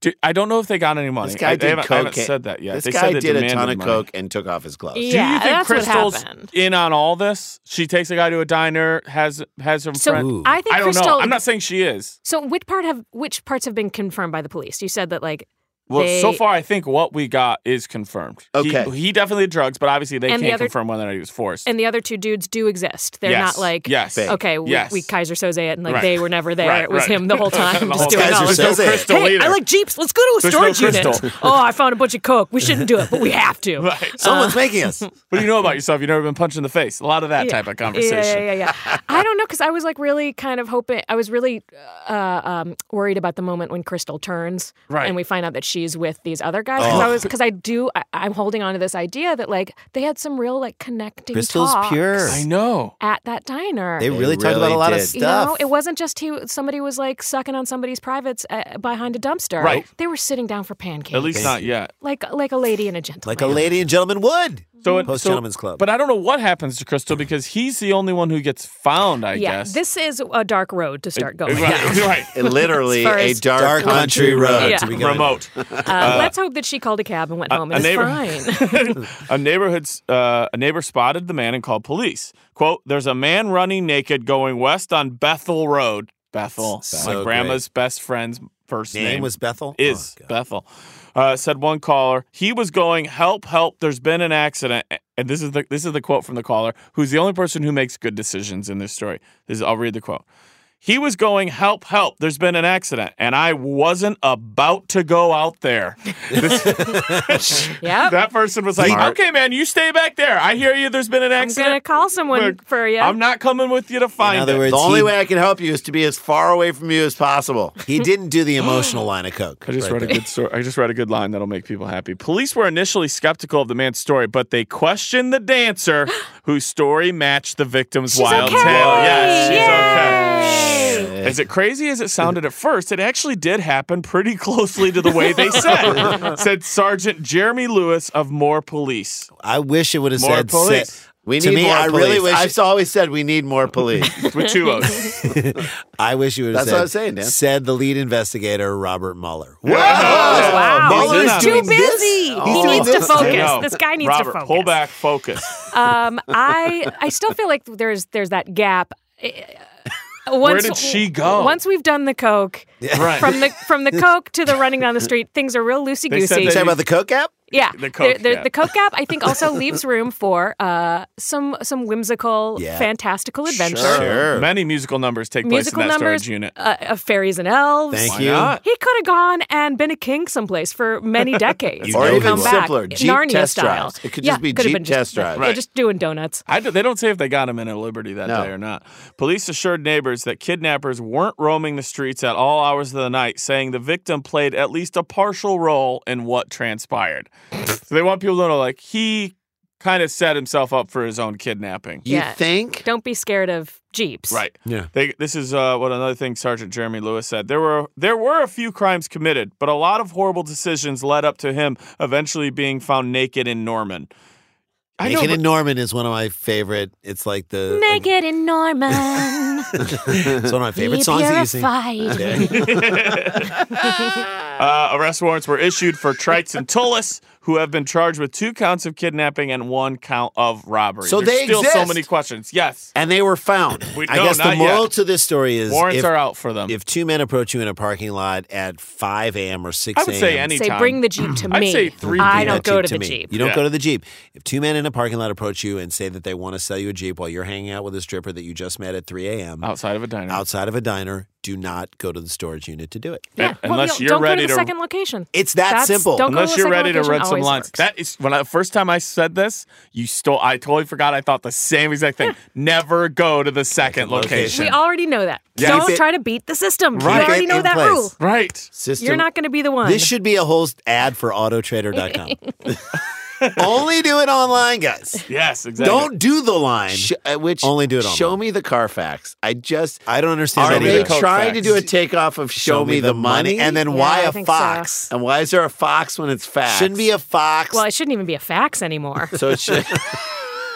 E: Dude, I don't know if they got any money.
C: This
E: I,
C: guy
E: they
C: did
E: haven't,
C: coke.
E: I haven't said that yet.
C: This
E: They
C: guy
E: said they
C: did a ton
E: demanded
C: of
E: money.
C: coke and took off his clothes.
E: Do
D: Yeah,
E: you think
D: that's what
E: Crystal's
D: happened.
E: in on all this? She takes a guy to a diner, has has some
D: So
E: friends.
B: Ooh.
D: I think
E: I don't
D: Crystal.
E: know. I'm not saying she is.
D: So which part have which parts have been confirmed by the police? You said that like
E: Well,
D: they,
E: so far I think what we got is confirmed. He-
C: Okay.
E: he, definitely did drugs, but obviously they
D: And the
E: can't
D: other-
E: confirm whether or not he was forced.
D: and the other two dudes do exist. They're
E: Yes,
D: not like
E: yes,
D: okay, we,
E: yes.
D: we Kaiser Soze it and like
E: Right.
D: they were never there.
E: Right,
D: it was
E: right.
D: him the whole time,
E: The
D: just
E: whole
D: doing
E: time.
D: all
B: Kaiser
D: this.
E: There's
B: Soze
E: no
B: it.
E: crystal
D: hey,
E: either.
D: I like Jeeps. Let's go to a
E: There's no
D: storage unit.
E: crystal.
D: Oh, I found a bunch of coke. We shouldn't do it, but we have to.
E: right.
B: Someone's making us.
E: What do you know about yourself? You've never been punched in the face. A lot of that
D: Yeah.
E: type of conversation.
D: Yeah, yeah, yeah. yeah. I don't know because I was like really kind of hoping. I was really uh, um, worried about the moment when Crystal turns,
E: Right. Oh.
D: And we find out that she's with these other guys. Because I was because I do. I, I'm holding on to this idea that like they had some real like connecting.
B: Crystal's
D: talks
B: pure.
E: I know.
D: at that diner.
B: They really talked
C: really
B: about a lot of
C: did.
B: stuff.
D: you know, it wasn't just he. Somebody was like sucking on somebody's privates uh, behind a dumpster.
E: Right.
D: They were sitting down for pancakes.
E: At least not yet.
D: like like a lady and a gentleman.
B: like a lady and gentleman would.
E: So it-
B: Post
E: so-
B: Gentlemen's Club.
E: But I don't know what happens to Crystal because he's the only one who gets found. I
D: Yeah,
E: guess.
D: this is a dark road to start going.
E: Right. right.
C: Literally
D: As far
C: a
D: as-
C: dark,
B: Dark country road.
D: Yeah.
B: to begin with.
E: Remote.
D: Uh, let's hope that she called a cab and went home.
E: a
D: It's
E: neighbor-
D: fine.
E: a neighborhood's uh, a neighbor spotted the man and called police. "Quote: There's a man running naked going west on Bethel Road. Bethel,
B: So
E: my grandma's best friend's first
B: Name
E: name,
B: was Bethel?
E: Is
B: Oh, God.
E: Bethel? Uh, said one caller. He was going help, help. There's been an accident, and this is the this is the quote from the caller, who's the only person who makes good decisions in this story. This is, I'll read the quote. He was going, help, help. There's been an accident. And I wasn't about to go out there.
D: Yep.
E: That person was like,
C: Smart.
E: okay, man, you stay back there. I hear you. There's been an
D: I'm going to
E: accident.
D: call someone
E: Look,
D: for you.
E: I'm not coming with you to find
B: In other
E: it.
B: words,
C: The only
B: he,
C: way I can help you is to be as far away from you as possible.
B: he didn't do the emotional line of coke.
E: I just
B: right
E: read a good story. I just read a good line that'll make people happy. Police were initially skeptical of the man's story, but they questioned the dancer whose story matched the victim's wild
D: okay.
E: tale. Yes, she's
D: Yay.
E: okay. As it crazy as it sounded at first, it actually did happen pretty closely to the way they said. said Sergeant Jeremy Lewis of Moore Police.
B: I wish it would have
E: More
B: said.
E: police.
B: Sit.
C: We need
B: to me,
C: more
B: I
C: police.
B: really wish.
C: I've always said we need more police.
E: With two O's.
B: I wish you would have
C: That's
B: said.
C: what I was saying, Dan.
B: Said the lead investigator, Robert Mueller.
D: Oh, wow.
E: Mueller's
D: He's too
E: doing
D: busy.
C: this?
D: He
C: Oh.
D: needs
C: Doing
D: to
C: this?
D: focus.
E: No.
D: This guy needs
E: Robert,
D: to focus.
E: Pull back, focus.
D: Um, I I still feel like there's there's that gap. Uh, Once,
E: did she go?
D: Once we've done the coke,
E: Right.
D: from the from the coke to the running down the street, things are real loosey
E: They said
D: goosey.
E: that
B: Talking about the coke app.
D: Yeah,
E: The Coke
D: the, the,
E: gap.
D: the Coke gap. I think also leaves room for uh, some some whimsical,
B: Yeah.
D: fantastical adventure.
C: Sure.
E: Many musical numbers take
D: Musical
E: place in that
D: numbers,
E: storage unit.
D: Uh, of fairies and elves.
B: Thank
E: Why
B: you.
E: not?
D: He could have gone and been a king someplace for many decades,
B: know
C: Or
D: and
B: he
C: even
D: come
B: would.
D: back,
C: simpler, Jeep
D: Narnia
C: test
D: style.
C: drives. It could
D: Yeah,
C: just be
D: could've
C: Jeep
D: been just-
C: test drives.
D: yeah,
E: Right.
D: just doing donuts.
E: I d- they don't say if they got him in a Liberty that
C: No.
E: day or not. Police assured neighbors that kidnappers weren't roaming the streets at all hours of the night, saying the victim played at least a partial role in what transpired. so they want people to know, like, he kind of set himself up for his own kidnapping.
C: You
D: Yeah.
C: think?
D: Don't be scared of Jeeps.
E: Right.
B: Yeah.
E: They, this is uh, what another thing Sergeant Jeremy Lewis said. There were there were a few crimes committed, but a lot of horrible decisions led up to him eventually being found naked in Norman. I know,
B: Naked
E: but-
B: and Norman is one of my favorite. It's like the like,
D: Naked and Norman,
B: it's one of my favorite
D: be
B: songs that you sing.
D: purified.
E: Uh, arrest warrants were issued for Trites and Tullis, who have been charged with two counts of kidnapping and one count of robbery.
C: So
E: There's
C: they
E: still so
C: exist.
E: many questions. Yes,
C: And they were found.
E: we
B: I
E: no,
B: guess the
E: not
B: moral
E: yet.
B: to this story is
E: warrants
B: if,
E: are out for them.
B: if two men approach you in a parking lot at 5 a.m. or 6
E: I
B: a.m.
E: would say any
D: Say,
E: time.
D: bring the Jeep to
E: I'd
D: me.
E: say three
D: I
E: people.
D: don't go
B: Jeep
D: to the
B: me.
D: Jeep.
B: You don't
E: Yeah.
B: go to the Jeep. If two men in a parking lot approach you and say that they want to sell you a Jeep while you're hanging out with a stripper that you just met at 3 a.m.
E: outside of a diner.
B: outside of a diner, do not go to the storage unit to do it.
D: Yeah.
E: Unless
D: don't-
E: you're
D: don't go to
E: ready to-
D: the second location.
B: It's that
D: That's-
B: simple.
D: don't go
E: Unless
D: to the
E: you're
D: second
E: ready to
D: location
E: run some
D: always
E: lines.
D: works.
E: That is when I first time I said this, you stole. I totally forgot. I thought the same exact thing. Never go to the second
B: location.
E: location.
D: we already know that.
B: Yeah.
D: Don't
B: Keep it-
D: try to beat the system.
B: Keep
D: You
B: it
D: already know
B: in
D: that
B: place.
D: rule.
E: Right.
C: System.
D: You're not going to be the one.
B: This should be a whole ad for autotrader.com. Only do it online, guys.
E: Yes. Exactly.
B: Don't do the line.
C: Sh- uh, which
B: Only do it online.
C: Show me the Carfax. I just.
B: I don't understand
C: Are
B: that
E: me
C: they
E: the
B: either.
E: Carfax.
C: trying to do a takeoff of Show, Me the, money?
B: And then
D: Yeah,
B: why
D: I
B: a
D: think so.
B: fox?
C: And why is there a fox when it's fax?
B: Shouldn't be a fox.
D: well, it shouldn't even be a fax anymore.
C: So it should.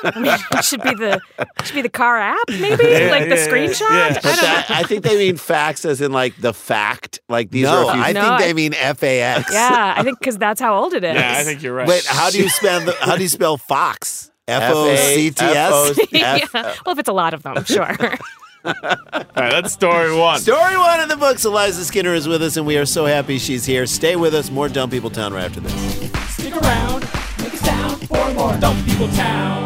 D: it should be the it should be the car app, maybe like the
E: yeah, yeah,
D: screenshot.
E: yeah.
D: I don't
C: But that, I think they mean fax as in like the fact. Like these
B: no,
C: are. a few-
B: I
D: No,
B: think
D: I-
B: they mean FAX.
D: Yeah, I think because that's how old it is.
E: Yeah, I think you're right.
B: Wait, how do you spell the, how do you spell fox? F O C T S.
C: F-A-
D: yeah. Well, if it's a lot of them, sure.
E: All right, that's story one.
B: Story one of the books. Eliza Skinner is with us, and we are so happy she's here. Stay with us. More Dumb People Town right after this.
A: Stick around, make a sound for more Dumb People Town.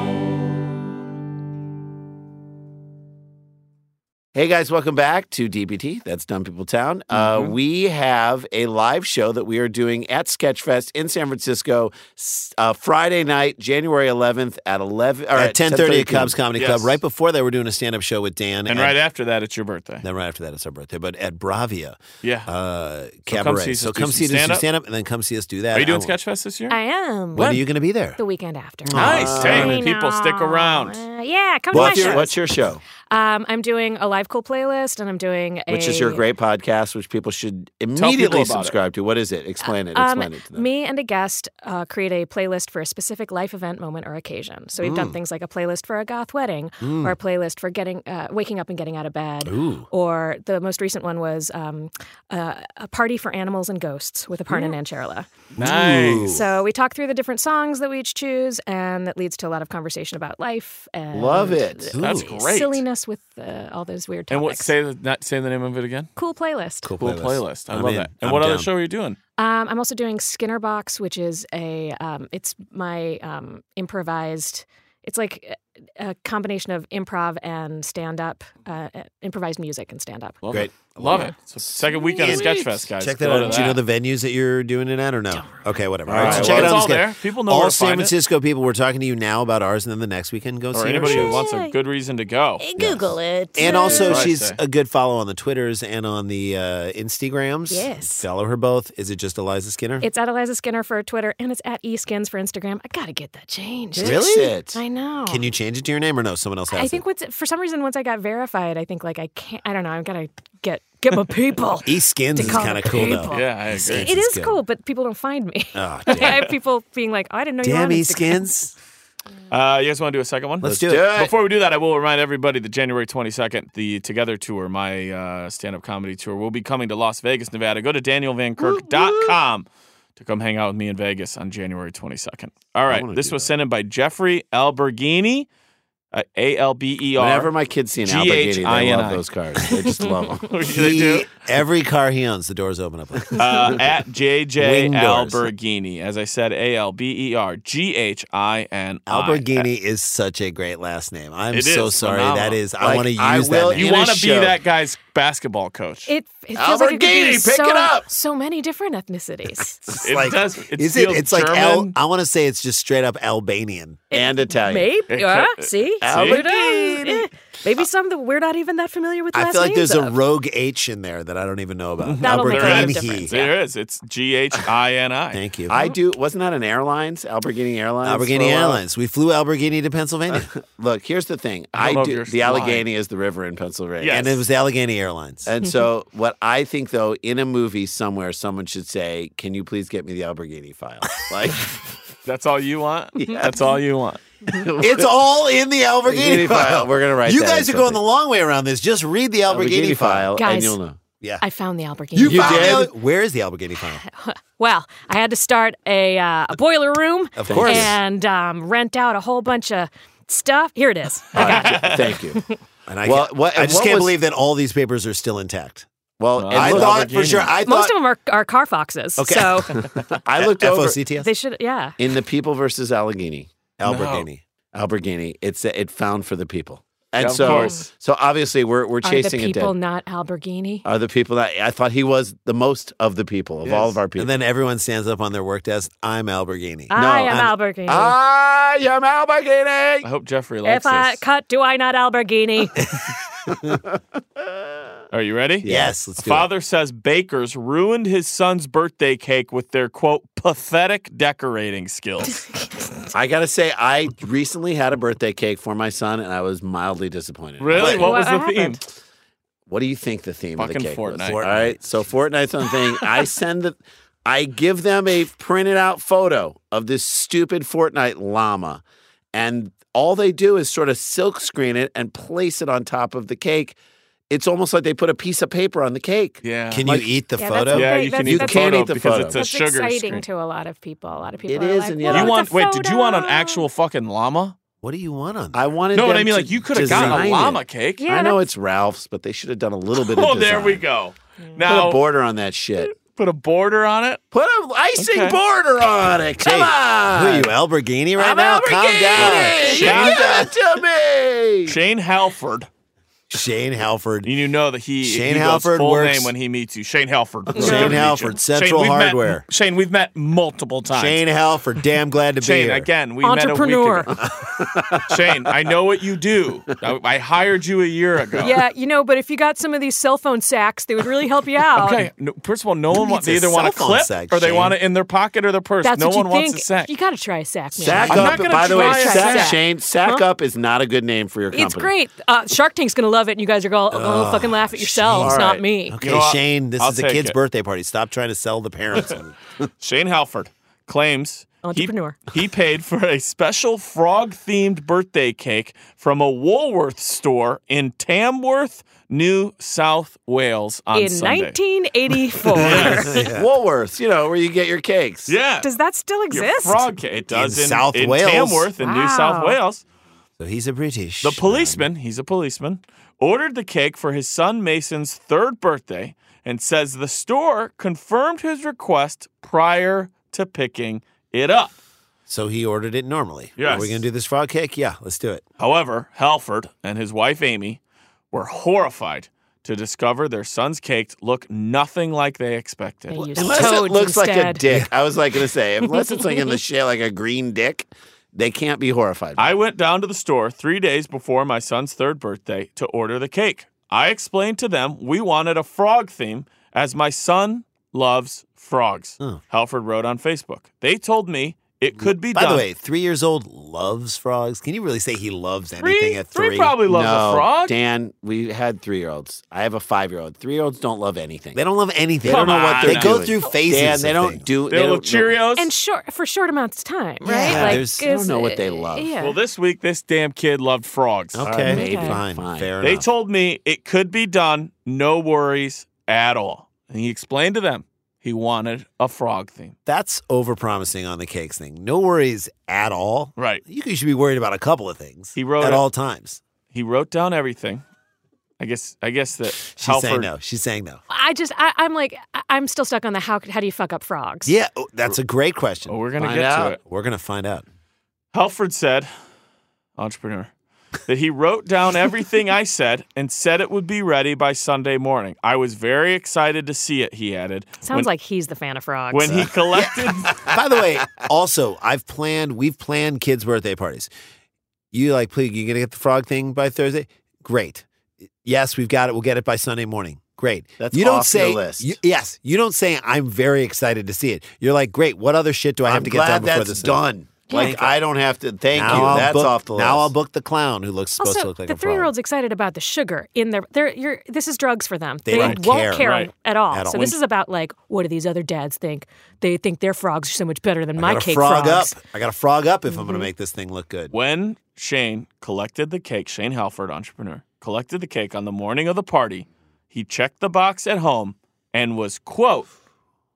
C: Hey guys, welcome back to DBT. That's Dumb People Town.
B: Mm-hmm.
C: Uh, we have a live show that we are doing at Sketchfest in San Francisco s- uh, Friday night, January 11th at 11 or
B: At ten thirty at
C: 10:30
B: Cobb's Comedy
E: Yes.
B: Club. Right before that, we're doing a stand up show with Dan.
E: And
B: at-
E: right after that, it's your birthday.
B: then right after that, it's our birthday. But at Bravia
E: Yeah.
B: uh,
E: see
B: Cabaret.
E: us
B: So
E: do
B: come
E: some
B: see us do
E: stand-up.
B: stand up, and then come see us do that.
E: Are you doing
B: I-
E: Sketchfest this year?
D: I am.
B: When are you going to be there?
D: The weekend after.
E: Nice.
D: I
E: Hey, people,
D: know.
E: stick around.
D: Uh, yeah, come
C: What's
D: to my
C: your,
D: show.
C: what's your show?
D: Um, I'm doing a live cool playlist, and I'm doing a,
C: Which is your great podcast, which people should
E: people
C: immediately
E: about it.
C: subscribe to. What is it? Explain it.
D: Um,
C: Explain it to them.
D: me and a guest uh, create a playlist for a specific life event, moment, or occasion. So we've
C: Mm.
D: done things like a playlist for a goth wedding, or a playlist for getting uh, waking up and getting out of bed, or the most recent one was um, uh, a party for animals and ghosts with
C: Mm.
D: Aparna Nancherla.
E: Nice.
D: So we talk through the different songs that we each choose, and that leads to a lot of conversation about life. And
C: Love it.
D: the
E: That's great.
D: Silliness with uh, all those weird topics.
E: And what? Say the not say the name of it again.
D: cool playlist?
E: Cool playlist. I
B: I'm
E: love
B: in.
E: that. And
B: I'm
E: what other
B: down.
E: show are you doing?
D: Um, I'm also doing Skinner Box, which is a um, it's my um, improvised. It's like a combination of improv and stand up, uh, improvised music and stand up.
E: Love
B: Great.
E: It. Love it. It's the second weekend of Sketchfest, guys.
B: Check that
E: Go
B: out.
E: to
B: Do you know the venues that you're doing it at or no? Okay, whatever. All right,
E: right,
B: so
E: well,
B: check it out. on
E: it's all
B: the schedule.
E: there. People know
B: all
E: where to
B: San
E: find it.
B: Francisco people. We're talking to you now about ours, and then the next weekend go
E: or
B: see
E: anybody
B: our
E: who
B: shows.
E: wants a good reason to go.
D: Google it.
B: And also,
E: Right,
B: she's
E: say.
B: a good follow on the Twitters and on the uh, Instagrams.
D: Yes.
B: Follow her both. Is it just Eliza Skinner?
D: It's at Eliza Skinner for Twitter and it's at eSkins for Instagram. I gotta get that changed.
B: Really?
C: It.
D: I know.
B: Can you change it to your name or no? Someone else has
D: I think
B: it.
D: what's for some reason once I got verified, I think like I can't. I don't know. I'm gonna get get my people.
B: E Skins
D: to
B: is
D: call
B: kind of
D: the
B: cool, though.
D: people.
E: Yeah, I agree.
D: it is
B: good.
D: cool, but people don't find me.
B: Oh,
D: I
B: damn.
D: have people being like, oh, I didn't know you were
B: damn
D: on
B: E
D: Instagram.
B: Skins.
E: Uh, you guys want to do a second one?
B: Let's,
C: do
B: do it.
C: it.
E: Before we do that, I will remind everybody that January 22nd, the Together Tour, my uh, stand up comedy tour, will be coming to Las Vegas, Nevada. Go to danielvankirk.com to come hang out with me in Vegas on January 22nd. All right.
C: wanna
E: This
C: do
E: was sent in by Jeffrey Alberghini, uh, A L B E
C: Whenever
E: R.
C: my kids see an Lamborghini, they love
E: G-H-I-N-I.
C: those cars. They just love them.
E: They do.
B: He- every car he owns, the doors open up. Like,
E: uh, at JJ
B: Wing doors.
E: Alberghini. As I said, A L B E R G H I N I.
B: Alberghini is such a great last name. I'm
E: It
B: so
E: is
B: sorry. That
E: phenomenal.
B: is, I
C: Like,
B: want to use
C: I will-
B: that name.
E: You
C: In a
E: want to be
C: show.
E: that guy's basketball coach.
D: It, it feels like it could
C: Alberghini,
D: be
C: pick
D: so,
C: it up.
D: so many different ethnicities.
E: It
B: like-
E: does. It
B: is it?
E: feels
B: It's like Al,
E: German.
B: I want to say it's just straight up Albanian.
C: and Italian.
D: Maybe. Uh, see? We're not-
E: Alberghini.
D: eh, Maybe some that we're not even that familiar with
B: I
D: last
B: feel like there's
D: names
B: a
D: of.
B: rogue H in there that I don't even know about.
D: That'll make a lot of
E: Alberghini.
D: difference. yeah.
E: There is. It's G H I N I.
B: Thank you.
C: I do. Wasn't that an airlines? Alberghini Airlines. for a
B: Alberghini
C: while?
B: Airlines. We flew Alberghini to Pennsylvania,
C: Look, here's the thing. I,
E: I don't know if
C: do.
E: you're
C: The Allegheny
E: lying.
C: is the river in Pennsylvania.
E: Yes.
B: and it was the Allegheny Airlines.
C: And so, what I think though, in a movie somewhere, someone should say, "Can you please get me the Alberghini file?" Like,
E: That's all you want. That's all you want.
B: It's all in the Alberghini
C: Alberghini
B: file.
C: file. We're gonna write.
B: You
C: that
B: guys are
C: in
B: going the
C: something.
B: long way around this. Just read the Alberghini, file.
C: Alberghini file, and
D: Guys.
C: you'll know.
B: Yeah.
D: I found the Alberghini.
B: You,
C: found
B: did?
C: it?
B: Where is the Alberghini file?
D: well, I had to start a, uh, a boiler room
B: Of course.
D: and um, rent out a whole bunch of stuff. Here it is.
C: All right, Thank you.
B: And I,
C: Well,
B: can't-
C: what-
B: I just
C: what
B: can't
C: was-
B: believe that all these papers are still intact.
C: Well,
E: Well,
C: and
B: I
E: look,
B: thought for
E: Alberghini.
B: sure. I
D: Most
B: thought
D: of them are, are car foxes.
B: Okay.
D: So
C: I looked over
B: FOCTS?
D: they should, yeah.
C: in the People versus Allegheny.
B: Alberghini.
C: Alberghini. It's it found for the people, and
E: Of
C: so
E: course.
C: so obviously we're we're
D: Are the
C: chasing
D: people
C: it dead.
D: not Alberghini?
C: Are the people that I thought he was the most of the people of all
E: Yes.
C: of our people?
B: And then everyone stands up on their work desk. I'm Alberghini.
D: I am
B: I'm-
D: Alberghini.
C: I am Alberghini.
E: I hope Jeffrey likes
D: if I
E: this.
D: cut, do I not Alberghini?
E: Are you ready?
B: yes, let's do it.
E: Father says bakers ruined his son's birthday cake with their quote pathetic decorating skills.
C: I gotta say, I recently had a birthday cake for my son, and I was mildly disappointed.
E: really?
C: But
E: What
D: What
E: was the theme?
D: happened?
C: what do you think the theme of
E: Fucking
C: the cake
E: Fortnite.
C: was? All right, so Fortnite's on thing. I send the, I give them a printed out photo of this stupid Fortnite llama, and all they do is sort of silk screen it and place it on top of the cake. It's almost like they put a piece of paper on the cake.
E: Yeah.
B: Can
C: Like-
B: you eat the
D: Yeah, that's
B: photo?
D: okay.
E: yeah, you can
D: that's-
E: eat the
C: You
D: that's-
E: photo
C: can't eat the
E: because
C: photo.
E: it's a
D: That's
E: sugar
D: exciting
E: screen.
D: to a lot of people. A lot of people
C: It
D: are
C: is,
D: like,
C: and
D: "Well,
C: yeah.
E: You
D: it's a
E: want wait? Did you want an
D: photo."
E: actual fucking llama?
B: What do you want on?
C: I wanted.
E: No, what
C: them
E: I mean
C: to
E: like you could have gotten
C: design
E: a
C: it.
E: llama cake.
D: Yeah,
C: I know it's Ralph's, but they should have done a little bit. of
E: Oh, there we
C: design.
E: go.
C: Put
E: Now
C: a border on that shit.
E: put a border on it.
C: Put an icing
E: Okay.
C: border on it. Come
B: Hey,
C: on.
B: Who are you, Alberghini right
C: I'm
B: now?
C: Albert
B: Calm down.
C: Gator.
E: Shane.
C: You give it to me.
E: Shane Halford.
B: Shane Halford.
E: You know that he
B: Shane
E: he
B: Halford
E: goes full
B: works-
E: name when he meets you. Shane Halford.
B: Shane
E: Great to meet you.
B: Halford, Central
E: we've met-
B: Hardware.
E: Shane, we've met multiple times.
B: Shane Halford. Damn glad to be
E: Shane,
B: here.
E: again, we
D: entrepreneur.
E: met a week ago. Shane, I know what you do. I, I hired you a year ago.
D: yeah, you know, but if you got some of these cell phone sacks, they would really help you out.
E: Okay. No, first of all, no one wants. They
B: needs a
E: either want a
B: cell phone
E: clip
B: sack,
E: or they
B: Shane?
E: want it in their pocket or their purse.
D: That's
E: no
D: what
E: one
D: you
E: wants
D: think.
E: a sack.
D: You got to try a sack, man.
C: Sack
E: I'm not
C: up.
E: gonna
C: By the way,
E: try a
C: sack,
E: sack.
C: Shane, sack up is not a good name for your company.
D: It's great. Uh, Shark Tank's gonna love it, and you guys are gonna oh, fucking laugh at yourselves,
E: All
D: not
E: right.
D: me.
B: Okay,
E: You know what?
B: Shane, this
E: I'll
B: is a
E: take
B: kid's
E: it.
B: birthday party. Stop trying to sell the parents. on it.
E: Shane Halford claims he-
D: Entrepreneur.
E: He, paid for a special frog themed birthday cake from a Woolworth store in Tamworth, New South Wales on
D: In
E: Sunday.
D: 1984,
C: Woolworths, you know, where you get your cakes.
E: yeah.
D: does that still
E: Your
D: exist?
E: Frog cake. It does
B: In
E: in,
B: South
E: in
B: Wales.
E: Tamworth in New South
D: Wow.
E: Wales.
B: so he's a British.
E: The policeman, he's a policeman, ordered the cake for his son Mason's third birthday and says the store confirmed his request prior to picking it up.
B: So he ordered it normally.
E: Yes.
B: Are we going to do this frog cake? Yeah, let's do it.
E: However, Halford and his wife Amy were horrified to discover their son's cakes look nothing like they expected.
D: They used
C: Unless it
D: toads
C: looks like a
D: instead.
C: dick. I was like gonna say, unless it's like in the shit like a green dick, they can't be horrified. by
E: I went down to the store three days before my son's third birthday to order the cake. I explained to them we wanted a frog theme as my son loves frogs. Halford wrote on Facebook. They told me it could be
B: Oh. By
E: done.
B: the way, three years old loves frogs. Can you really say he loves anything
E: three,
B: at
E: three
B: three?
E: probably loves
C: no,
E: a frog.
C: Dan, we had three year olds. I have a five year old. Three year olds don't love anything.
B: They don't love anything.
E: Come
B: they don't know what
E: on
B: they
E: now.
B: go through phases.
C: Dan, they
B: of
C: don't
B: things.
C: do.
E: They love
C: don't know-
E: Cheerios.
D: and short for short amounts of time,
B: Yeah,
D: right? Like,
B: there's-
C: I don't
D: is-
C: know what they love.
D: Yeah.
E: Well, this week this damn kid loved frogs.
B: Okay,
C: Maybe.
B: fine,
C: Fine.
B: fair
E: They
B: enough.
E: told me it could be done, no worries at all. And he explained to them he wanted a frog theme.
B: That's overpromising on the cakes thing. No worries at all.
E: Right.
B: You could- you should be worried about a couple of things
E: He wrote
B: at
E: it-
B: all times.
E: He wrote down everything. I guess I guess that
B: She's saying
E: Halford
B: no. She's saying no.
D: I just I, I'm like I- I'm still stuck on the how how do you fuck up frogs?
B: Yeah, oh, that's a great question.
E: Oh, we're gonna
C: Find
E: get
C: out.
E: to it.
B: We're gonna find out.
E: Halford said, entrepreneur, that he wrote down everything I said and said it would be ready by Sunday morning. I was very excited to see it, he added.
D: Sounds like he's the fan of frogs.
E: when he collected
B: By the way, also I've planned. We've planned kids' birthday parties. You like, please, you gonna get the frog thing by Thursday? Great. Yes, we've got it. We'll get it by Sunday morning. Great.
C: That's
B: you don't
C: off your
B: say
C: list.
B: you- yes. You don't say I'm very excited to see it. You're like, great. What other shit do I have
C: I'm
B: to
C: glad
B: get done before
C: that's
B: this? thing?"
C: done. Like I don't have to. Thank
B: Now
C: you.
B: I'll
C: that's
B: book-
C: off the list.
B: Now I'll book the clown who looks supposed
D: also
B: to look like
D: the
B: a frog.
D: three year old's excited about the sugar in their they're you're this is drugs for them.
B: They
D: won't
B: don't
D: care,
B: care.
E: Right.
D: at, all.
B: At
D: So
B: all.
D: this is about like what do these other dads think? They think their frogs are so much better than
B: I
D: my
B: gotta
D: cake
B: frog
D: frogs. Mm-hmm.
B: up. I got to frog up if I'm going to make this thing look good.
E: When Shane collected the cake, Shane Halford, entrepreneur, collected the cake on the morning of the party, he checked the box at home and was, quote,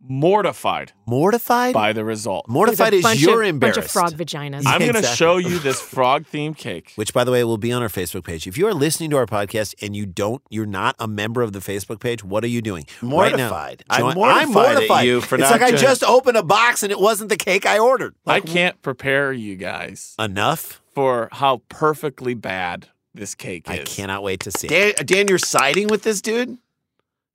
E: mortified
B: Mortified?
E: by the result.
D: There's a
B: Mortified is
D: bunch
B: you're
D: of,
B: embarrassed.
D: Bunch of frog vaginas.
E: I'm going to
B: Exactly.
E: show you this frog themed cake.
B: which by the way will be on our Facebook page. If you are listening to our podcast and you don't, you're not a member of the Facebook page, what are you doing?
C: Mortified.
B: Right
C: I'm
B: now,
C: mortified at you for
B: it's
C: not
B: like I
C: doing-
B: just opened a box and it wasn't the cake I ordered.
E: I
B: Like,
E: can't prepare you guys
B: enough.
E: for how perfectly bad this cake is.
B: I cannot wait to see it.
C: Dan, Dan, you're siding with this dude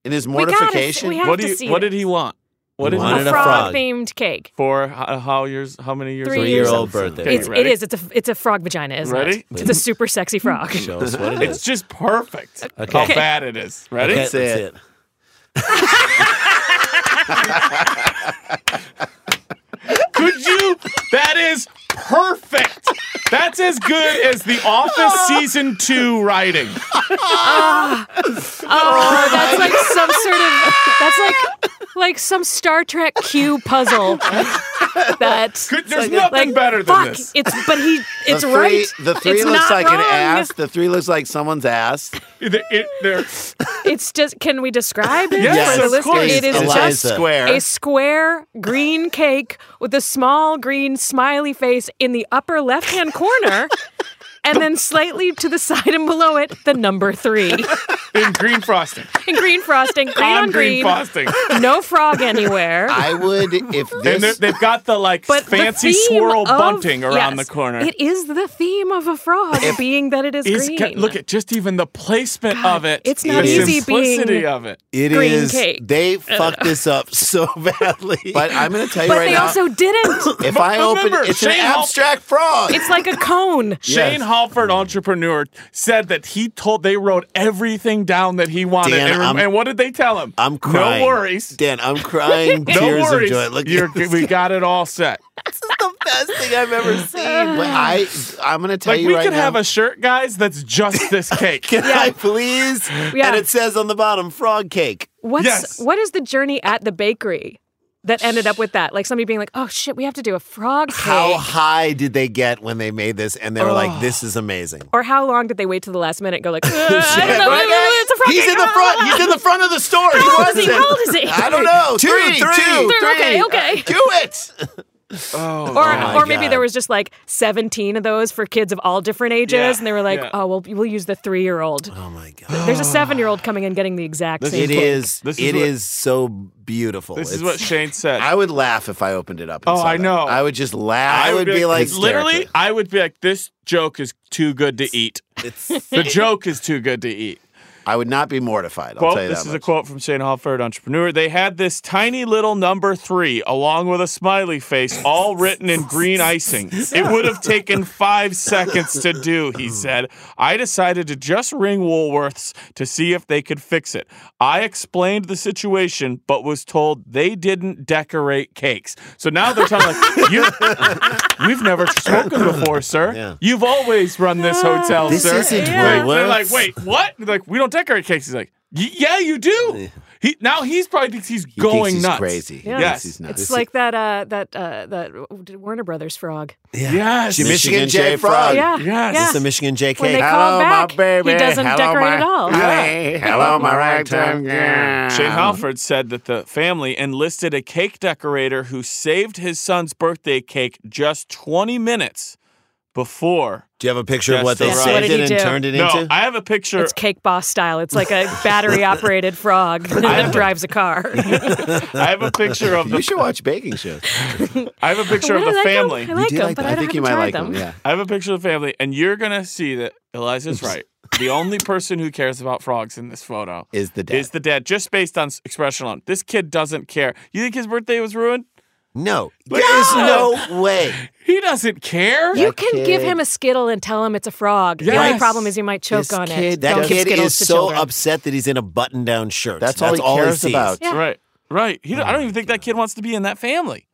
C: in his
D: gotta s-
C: mortification.
D: we have-
E: What, do
D: to
E: you,
D: see
E: what
D: this.
E: did he want? What
B: He
E: did
B: wanted
E: he
B: a
D: a frog
B: frog.
D: themed cake.
E: for how, how years? How many years?
D: Three
E: old?
D: years
B: Three-year-old birthday.
E: Okay,
D: It's, it
E: ready?
D: is. It's a it's a frog vagina, isn't
E: Ready?
D: it? It's a super sexy frog.
B: Show us what it is.
E: It's just perfect.
B: Okay.
E: How bad it is. Ready?
B: Okay,
C: That's
B: let's
C: it.
B: see
E: Could you? That is perfect. That's as good as The Office season two writing.
D: Oh, that's like some sort of that's like like some Star Trek Q puzzle. That
E: Could- there's nothing better than
D: fuck,
E: this.
D: It's but he it's
C: the three,
D: right.
C: The three
D: it's
C: looks
D: not
C: like
D: wrong.
C: an ass. The three looks like someone's ass.
E: It- it- they're-
D: It's just can we describe it
E: Yes,
D: for the
E: of
D: listener?
E: course.
D: It is
B: Eliza.
D: just
C: square.
D: a square green cake with a small green smiley face in the upper left hand corner. And then slightly to the side and below it, the number three. And
E: in green frosting.
D: green frosting, green on,
E: On green frosting.
D: no frog anywhere.
C: I would if
E: And they're-
C: this.
E: they've got the like
D: But the
E: fancy
D: theme
E: swirl
D: of-
E: bunting around
D: yes,
E: the corner.
D: It is the theme of a frog, being that it is
E: It's
D: green.
E: ca- look at just even the placement of it.
D: it's
E: the
D: not
B: easy
E: simplicity
D: being-
E: of it.
B: It
D: Green
B: is-
D: cake.
B: They fucked this up so badly.
C: but I'm going to tell you
D: but
C: right
D: they
C: now.
D: also didn't.
C: if I open,
E: remember,
C: it's
E: Shane
C: an
E: Hall-
C: abstract frog.
D: it's like a cone.
E: Shane Halford, entrepreneur, said that he told they wrote everything down that he wanted.
B: Dan,
E: and, rem-
B: I'm-
E: and what did they tell him?
B: I'm crying.
E: No worries.
B: Dan, I'm crying
E: No
B: tears
E: worries.
B: of joy. Look,
E: You're,
B: this
E: we got it all set.
B: is the best thing I've ever seen.
C: But I, I'm going to tell
E: Like
C: you
E: we
C: right
E: could
C: now.
E: have a shirt, guys, that's just this cake.
B: Can I please?
D: Yeah.
B: And it says on the bottom, frog cake.
D: What's
E: Yes.
D: what is the journey at the bakery that ended up with that? Like somebody being like, "Oh shit, we have to do a frog cake."
B: How high did they get when they made this? And they were like, "This is amazing."
D: or how long did they wait to the last minute? And go like, "Uh, I don't know,
B: Frog
D: it's a frog
B: He's
D: cake.
B: in the front. He's in the front of the store. He
D: How old
B: was
D: is he?
B: in-
D: How old is he?
B: I don't know.
C: Two,
B: Three,
C: three.
B: two,
D: Three,
B: three.
D: okay, okay.
B: Do it.
E: Oh,
D: Or,
B: my
D: or maybe
B: God.
D: there was just like 17 of those for kids of all different ages,
E: Yeah,
D: and they were like,
E: yeah.
D: oh, well, we'll use the three year old.
B: Oh my god.
D: There's a seven year old coming and getting the exact
E: This
D: same
B: It
D: cake.
B: is. It
E: This
B: is
E: is what-
B: so beautiful.
E: this is
B: It's-
E: what Shane said.
C: I would laugh if I opened it up. and
E: Oh,
C: saw
E: I
C: that.
E: know.
C: I would just laugh.
B: I would be like-
E: literally,
C: hysterically.
E: I would be like, this joke is too good to eat.
B: it's
E: The joke is too good to eat.
C: I would not be mortified. I'll
E: quote.
C: tell you
E: This
C: that
E: is a
C: much.
E: quote from Shane Halford, entrepreneur. They had this tiny little number three along with a smiley face, all written in green icing. It would have taken five seconds to do, he said. I decided to just ring Woolworths to see if they could fix it. I explained the situation, but was told they didn't decorate cakes. So now they're telling like, you, we've never spoken before, sir.
B: Yeah.
E: You've always run this hotel,
B: This
E: sir.
B: isn't
E: They're- They're
B: Woolworths.
E: like, wait, what? They're like, we don't decorate cakes. He's like, "Y- yeah, you do. He now he's probably thinks he's
C: He
E: going
C: thinks he's
E: nuts.
C: crazy. He
D: Yeah.
E: Yes.
C: thinks he's nuts.
D: It's like that uh, that uh, that Warner Brothers frog.
E: Yes.
B: Jimmy- Michigan
C: Michigan
B: J.
C: J. Frog.
D: Yeah,
E: Oh, Yes.
D: yeah.
B: It's the Michigan JK.
D: When they
B: How-
D: call
C: Hello, my
D: him back,
C: baby.
D: he doesn't
C: Hello,
D: decorate
C: my
D: at all.
C: honey. Hello, my ragtime girl.
E: Shane Halford said that the family enlisted a cake decorator who saved his son's birthday cake just 20 minutes before.
B: Do you have a picture of
E: Yes,
B: what they
E: that's
D: right.
B: saved it
D: What did
B: and
D: he do?
B: turned it
E: No,
B: into?
E: I have a picture.
D: It's cake boss style. It's like a battery operated frog that drives a car.
E: I have a picture of
C: You
E: the.
C: should watch baking shows.
E: I have a picture of
D: I
E: the
D: like 'em.
E: family.
D: I like
C: do
D: them,
C: like
D: but
C: them.
D: I, don't
C: think you
D: haven't
C: might like
D: tried
C: them. Yeah.
E: I have a picture of the family, and you're gonna see that Eliza's right. The only person who cares about frogs in this photo
C: Is the dad.
E: Is the dad just based on s- expression alone? This kid doesn't care. You think his birthday was ruined?
B: No.
E: But-
B: There's no way.
E: He doesn't care.
D: You
C: That
D: can give
C: kid-
D: him a skittle and tell him it's a frog. The
E: Yes.
D: only problem is he might choke
C: This
D: on
C: kid
D: it.
B: That
D: Don't
C: does-
D: give
B: kid
D: skittles
B: is
D: to
B: so
D: children.
B: upset that he's in a button-down shirt.
C: That's all he cares
B: sees.
C: about.
D: Yeah.
E: Right. Right. He, I don't even
B: Oh
E: think that kid wants to be in that family.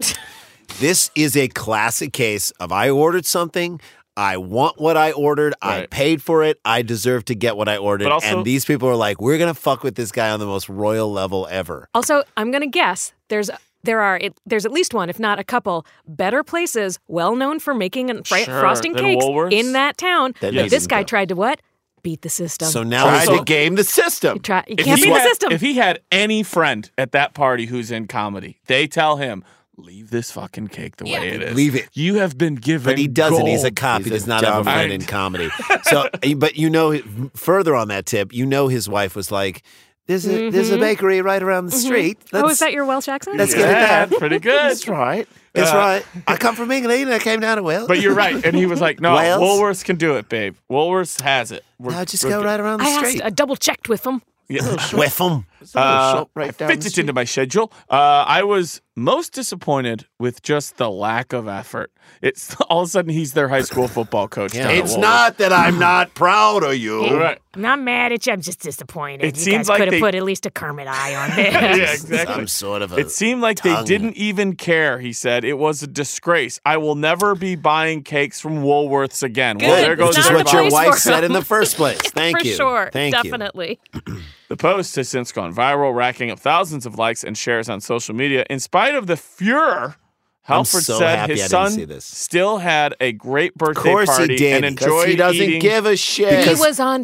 B: This is a classic case of I ordered something. I want what I ordered. I
E: Right.
B: paid for it. I deserve to get what I ordered.
E: But also-
B: and these people are like, we're gonna fuck with this guy on the most royal level ever.
D: Also, I'm going to guess there's there are it, there's at least one, if not a couple, better places well known for making and fri-
E: Sure,
D: frosting
E: than
D: cakes
E: Woolworths.
D: in that town.
C: That
E: Yes.
D: This
C: doesn't
D: guy
C: go.
D: tried to what? Beat the system.
B: So now
C: Tried
B: he's
E: Also-
C: to game the system.
D: Try, you
E: If
D: can't
E: he
D: beat the
E: had-
D: system.
E: If he had any friend at that party who's in comedy, they tell him, leave this fucking cake the way it is.
B: Leave it.
E: You have been given
B: But he doesn't. He's a
E: gold."
B: cop.
C: He's
B: he
C: a
B: does not have a
C: dumb-
B: friend
E: I-
B: in comedy. So, but you know, further on that tip, you know, his wife was like, "There's a there's a bakery right around the street."
D: Mm-hmm. oh, is
B: Let's-
D: that your Welsh accent?
B: let's get it
E: Yeah,
B: down.
E: pretty good.
C: That's right.
B: That's right. I come from England. and I came down to Wales.
E: But you're right. And he was like, no,
B: Wales?
E: Woolworths can do it, babe. Woolworths has it. We're-
B: now just
E: we're
B: go
E: good."
B: right around the
D: I asked.
B: street.
D: I double checked with him.
E: Yeah.
B: With them.
E: Uh,
C: shop right
E: I
C: down
E: fits
C: the
E: it
C: street.
E: into my schedule. Uh, I was most disappointed with just the lack of effort. It's all of a sudden he's their high school football coach.
B: Yeah.
E: down at
C: It's
E: Woolworths.
C: not that I'm not proud of you.
E: Right.
D: I'm not mad at you. I'm just disappointed.
E: It You seems guys like could've they- put
D: at least a Kermit eye on
E: Yeah,
D: this.
E: exactly.
B: Some sort of a.
E: It seemed like they
B: tongue.
E: didn't even care. He said it was a disgrace. I will never be buying cakes from Woolworths again.
D: Good.
E: Well, there
D: It's
E: goes
B: which is
D: not
E: their
B: what your
D: place
E: bottom.
B: wife
D: for
B: said in
D: him.
B: the first place. Thank
D: For
B: you.
D: sure.
B: Thank you.
D: Definitely.
E: The post has since gone viral, racking up thousands of likes and shares on social media. In spite of the furor,
B: I'm
E: Halford
B: so
E: said
B: happy
E: his
B: I didn't
E: son
B: see this.
E: still had a great birthday
B: course he
E: party
B: did,
E: and
B: because
E: enjoyed
C: Because he doesn't
E: eating.
C: give a shit.
D: He was on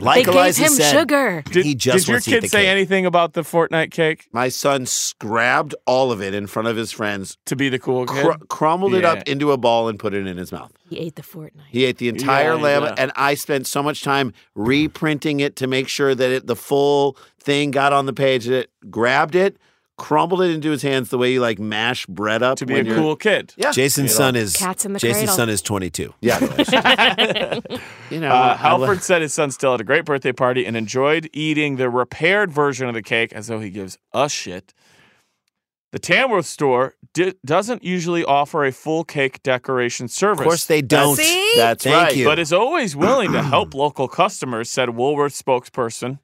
B: Like
D: they
B: Eliza
D: gave him
B: said,
D: sugar.
B: he just
E: did your
B: wants to eat
E: kid
B: the
E: say
B: cake.
E: anything about the Fortnite cake
C: my son s- grabbed all of it in front of his friends,
E: to be the cool kid?
C: cr- crumbled it
E: Yeah.
C: up into a ball, and put it in his mouth.
D: He ate the Fortnite.
C: He ate the entire
E: Yeah,
C: lamb,
E: yeah.
C: and I spent so much time reprinting it to make sure that it, the full thing got on the page. That grabbed it, crumbled it into his hands the way you like mash bread up
E: to be a
C: when you're-
E: cool kid.
C: Yeah,
B: Jason's son is
D: Cats in the
B: Jason's
D: cradle.
B: son is 22.
C: yeah. you know,
E: Uh,
C: I lo-
E: Halford said his son still had a great birthday party and enjoyed eating the repaired version of the cake as though he gives a shit. The Tamworth store di- doesn't usually offer a full cake decoration service.
B: Of course they don't.
D: See?
C: That's
B: Thank
C: right.
B: you.
E: but is always willing to help local customers, said Woolworth spokesperson.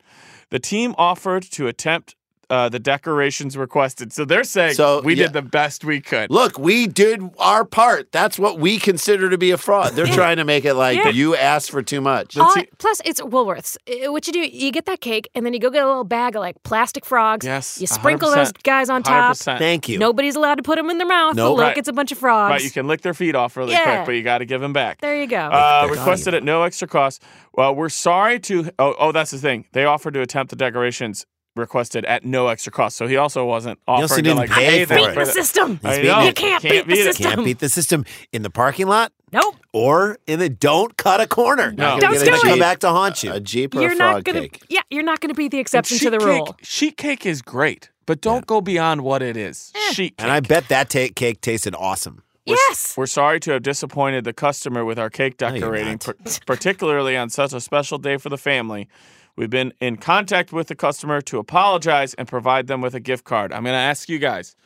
E: The team offered to attempt uh, the decorations requested. So they're saying
C: So,
E: we
C: yeah.
E: did the best we could.
C: Look, we did our part. That's what we consider to be a fraud. They're trying to make it like
D: Yeah.
C: you asked for too much.
D: All-
E: e
D: plus, it's Woolworths. Uh, What you do, you get that cake, and then you go get a little bag of like plastic frogs.
E: Yes,
D: You sprinkle
E: 100%,
D: those guys on top.
E: 100%.
B: Thank you.
D: Nobody's allowed to put them in their mouth.
B: No.
D: but look,
E: Right.
D: it's a bunch of frogs.
E: Right, you can lick their feet off really
D: Yeah.
E: quick, but you got to give them back.
D: There you go.
E: Uh, requested at no extra cost. Well, we're sorry to. Oh, oh, that's the thing. They offered to attempt the decorations requested at no extra cost. So he also wasn't offering
B: also
E: to
B: didn't
E: like
B: pay
E: pay
B: for
E: them
B: it.
D: Beat the
E: the-
D: system.
E: I
B: He's
E: know.
D: You can't, beat the
E: it.
D: system.
B: Can't beat the system in the parking lot
D: Nope.
B: or in the don't cut a corner.
E: No.
D: Don't
B: It's
D: do
B: gonna
D: it.
B: Come back to haunt you.
C: A Jeep or
D: You're
C: a
D: not
C: frog
D: gonna.
C: cake.
D: Yeah, you're not gonna be the
E: And
D: exception to
E: sheet
D: the
E: cake-
D: rule.
E: Sheet cake is great, but don't go beyond what it is.
D: Eh.
E: Sheet cake.
B: and I bet that ta- cake tasted awesome.
D: Yes.
E: We're sorry to have disappointed the customer with our cake
B: you're
E: decorating,
B: not.
E: par- particularly on such a special day for the family. We've been in contact with the customer to apologize and provide them with a gift card. I'm going to ask you guys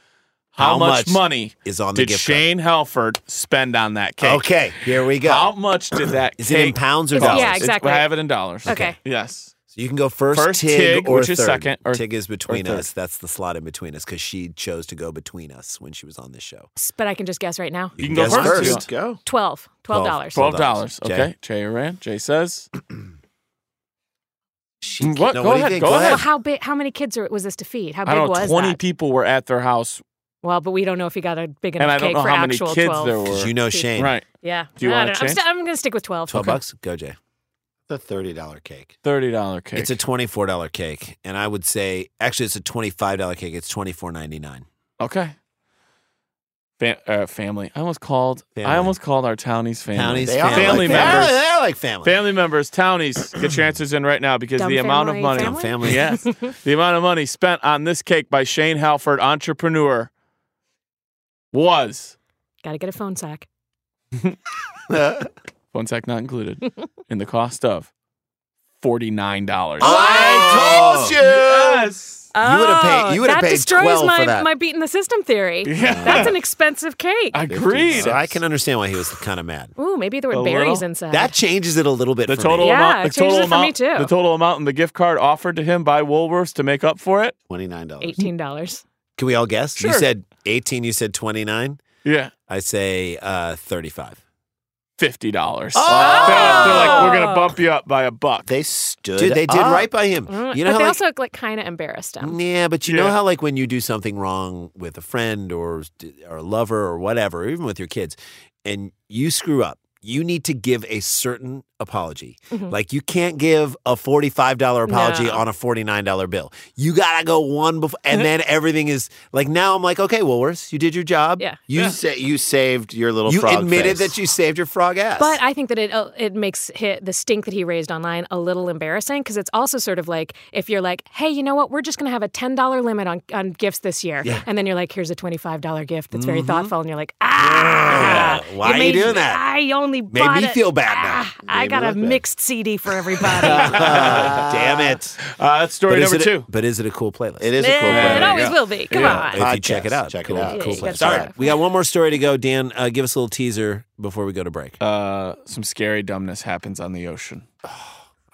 E: how,
B: How
E: much,
B: much
E: money
B: is on the
E: did
B: gift card?
E: Shane Helford spend on that cake?
B: Okay, here we go.
E: How much did that
B: Is
E: cake
B: it in pounds or
D: It's- yeah,
B: dollars?
E: It's-
D: exactly.
E: I have it in dollars.
D: Okay.
E: Yes.
B: So you can go first,
E: First
B: Tig,
E: Tig,
B: or
E: which is
B: third.
E: second, or-
B: Tig is between
E: third.
B: us. That's the slot in between us because she chose to go between us when she was on this show.
D: But I can just guess right now.
E: You can go
B: guess
E: first. if you
B: first.
E: want.
C: Go.
D: Twelve. Twelve dollars.
E: Twelve
B: $12.
E: dollars.
B: Jay.
E: Okay. Jay Iran. Jay says.
B: She can't-
E: What? Go
B: what do you
E: ahead,
B: think?
E: go
B: Go
E: ahead.
D: Well,
B: ahead.
D: how big? How many kids are, was this to feed? How big
E: I don't know.
D: was
E: Twenty
D: that?
E: people were at their house,
D: Well, but we don't know if he got a big enough
E: and I don't
D: cake
E: know
D: for
E: how many
D: actual
E: kids
D: 12.
E: there
B: 'Cause
E: were.
B: you know Shane.
E: Right.
D: Yeah.
E: Do you
D: I
E: wanna
D: don't know. I'm,
E: change?
D: st- I'm going to stick with 12.
B: 12 bucks? Go, Jay.
C: The thirty dollar cake.
E: Thirty dollar cake.
B: It's a $24 cake. And I would say, actually, it's a $25 cake. It's $24.99.
E: Okay. Fam- uh, family. I almost called. I
B: Family.
E: almost called our townies family.
B: Townies
C: They are
B: family.
E: Family
B: They are-
E: members.
B: They are like family.
E: Family members, townies, get your answers in right now because
D: Dumb
E: the amount of
D: family, family?
E: money,
B: Family.
E: yes, the amount of money spent on this cake by Shane Halford, entrepreneur, was
D: Got to get a phone sack.
E: one sec not included in the cost of forty nine dollars.
B: Oh.
C: I told you.
E: Yes,
B: You would've paid- you would've
D: Oh, that
B: paid
D: destroys
B: 12 for
D: my,
B: that.
D: my beating the system theory.
E: Yeah.
D: That's an expensive cake.
E: agreed.
B: So I can understand why he was kind of mad.
D: Ooh, maybe there were
E: A
D: berries
E: little?
D: inside.
B: That changes it a little bit
E: The
B: for
E: total
B: me.
D: Yeah,
E: amount, the
D: it changes
E: total
D: it for me
E: amount,
D: too.
E: the total amount, and the gift card offered to him by Woolworths to make up for it.
C: Twenty nine dollars.
D: $18.
B: Can we all guess? You
E: Sure.
B: said 18, you said 29.
E: Yeah,
B: I say uh, 35.
E: fifty dollars.
B: Oh!
E: They're like, we're gonna bump you up by a buck.
C: They stood.
B: Dude, they did
C: up.
B: right by him.
D: Mm,
B: You know
D: but
B: how like,
D: they
B: Mm,
D: also like kind of embarrassed him.
B: Yeah, but you know
E: Yeah.
B: how like when you do something wrong with a friend or or a lover or whatever, or even with your kids, and you screw up, you need to give a certain apology. Like you can't give a forty five dollar apology
D: Mm-hmm. No.
B: on a forty nine dollar bill. You gotta go one before, and then everything is like now. I'm like, okay, Woolworths, you did your job.
D: Yeah.
B: you
C: You
B: s-
C: sa- you saved your little.
B: you
C: frog
B: admitted
C: face.
B: that you saved your frog ass.
D: But I think that it uh, it makes hi the stink that he raised online a little embarrassing because it's also sort of like if you're like, hey, you know what, we're just going to have a ten dollar limit on, on gifts this year, and then you're like, here's a twenty five dollar gift that's very thoughtful, and you're like, ah,
B: Mm-hmm. Yeah. Why are you
D: made-
B: doing that?
D: I only
B: Made
D: bought
B: me
D: it-
B: feel bad now.
D: Ah, I
C: Made
D: got
C: me
D: a
C: look bad."
D: mixed CD for everybody.
B: Ah, damn it.
E: Uh, that's story
B: But is
E: number
B: it a-
E: two.
B: but is it a cool playlist?
C: It is a cool.
D: Eh, it
C: brand.
D: always will be. Come
E: Yeah.
D: on.
B: if you check
C: Podcast.
B: it out.
C: Check it
B: cool,
C: out.
D: Yeah,
B: Cool
D: you
B: place.
D: gotta
B: All
D: check it
B: right,
D: out.
B: we got one more story to go. Dan, uh, give us a little teaser before we go to break.
E: Uh, some scary dumbness happens on the ocean.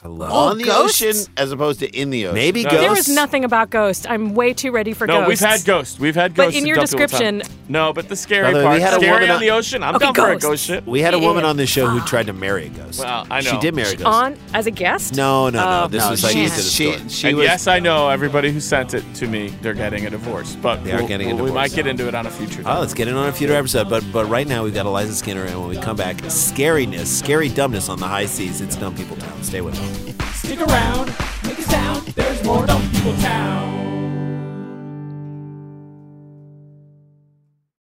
B: I love.
C: on the
D: ghosts?
C: ocean as opposed to in the ocean.
B: Oh, Maybe
E: No.
B: ghosts.
D: There was nothing about ghosts. I'm way too ready for
E: No,
D: ghosts.
E: we've had ghosts. We've had
D: But
E: ghosts.
D: in your
E: dumb people
D: description-
E: time. no, but the scary
B: By the way, we
E: part,
B: had a
E: scary
B: woman
E: on,
B: on-
E: the ocean. I'm
D: Okay,
E: down for a
D: ghosts.
E: ghost ship.
B: We had a woman
D: Yeah.
B: on this show who tried to marry a ghost.
E: Well, I
B: She
E: know.
B: did marry a ghost.
D: on as a guest.
B: no, no, no.
D: Oh,
B: This
C: No,
B: was like
D: she-
B: she did a
C: she's- Uh, she,
B: story.
C: she,
E: and
C: was.
E: yes, I know everybody who sent it to me. They're getting a divorce, but
B: They are
E: we'll-
B: getting a
E: we'll- we
B: divorce.
E: might get into it on a future.
B: Oh,
E: Day.
B: let's get in on a future episode. But but right now we've got Eliza Skinner, and when we come back, scariness, scary dumbness on the high seas. It's dumb people town. Stay with us.
A: Stick around, make a sound. There's more Dumb People Town.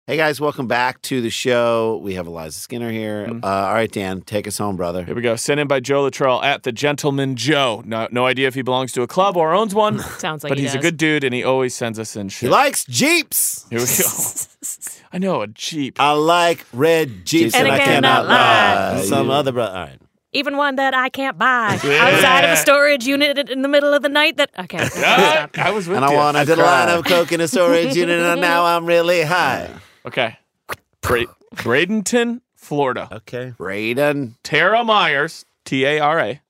C: Hey guys, welcome back to the show. We have Eliza Skinner here. Uh, all right, Dan, take us home, brother.
E: Here we go. Sent in by Joe Latrell at the Gentleman Joe. No, no idea if he belongs to a club or owns one.
D: Sounds like
E: but
D: he
E: he's a
D: does.
E: good dude, and he always sends us in
B: He
E: shit.
B: likes jeeps.
E: Here we go. I know a jeep.
B: I like red jeeps, and, I cannot lie. Some other brother. All right.
D: even one that I can't buy outside of a storage unit in the middle of the night. That okay.
E: Ah, I was with
C: And I
E: you.
C: wanna
B: I did a
C: cry.
B: line of coke in a storage unit, and now I'm really high.
E: Okay. Bra- Bradenton, Florida.
B: Okay.
C: Braden.
E: Tara Myers, T A R A,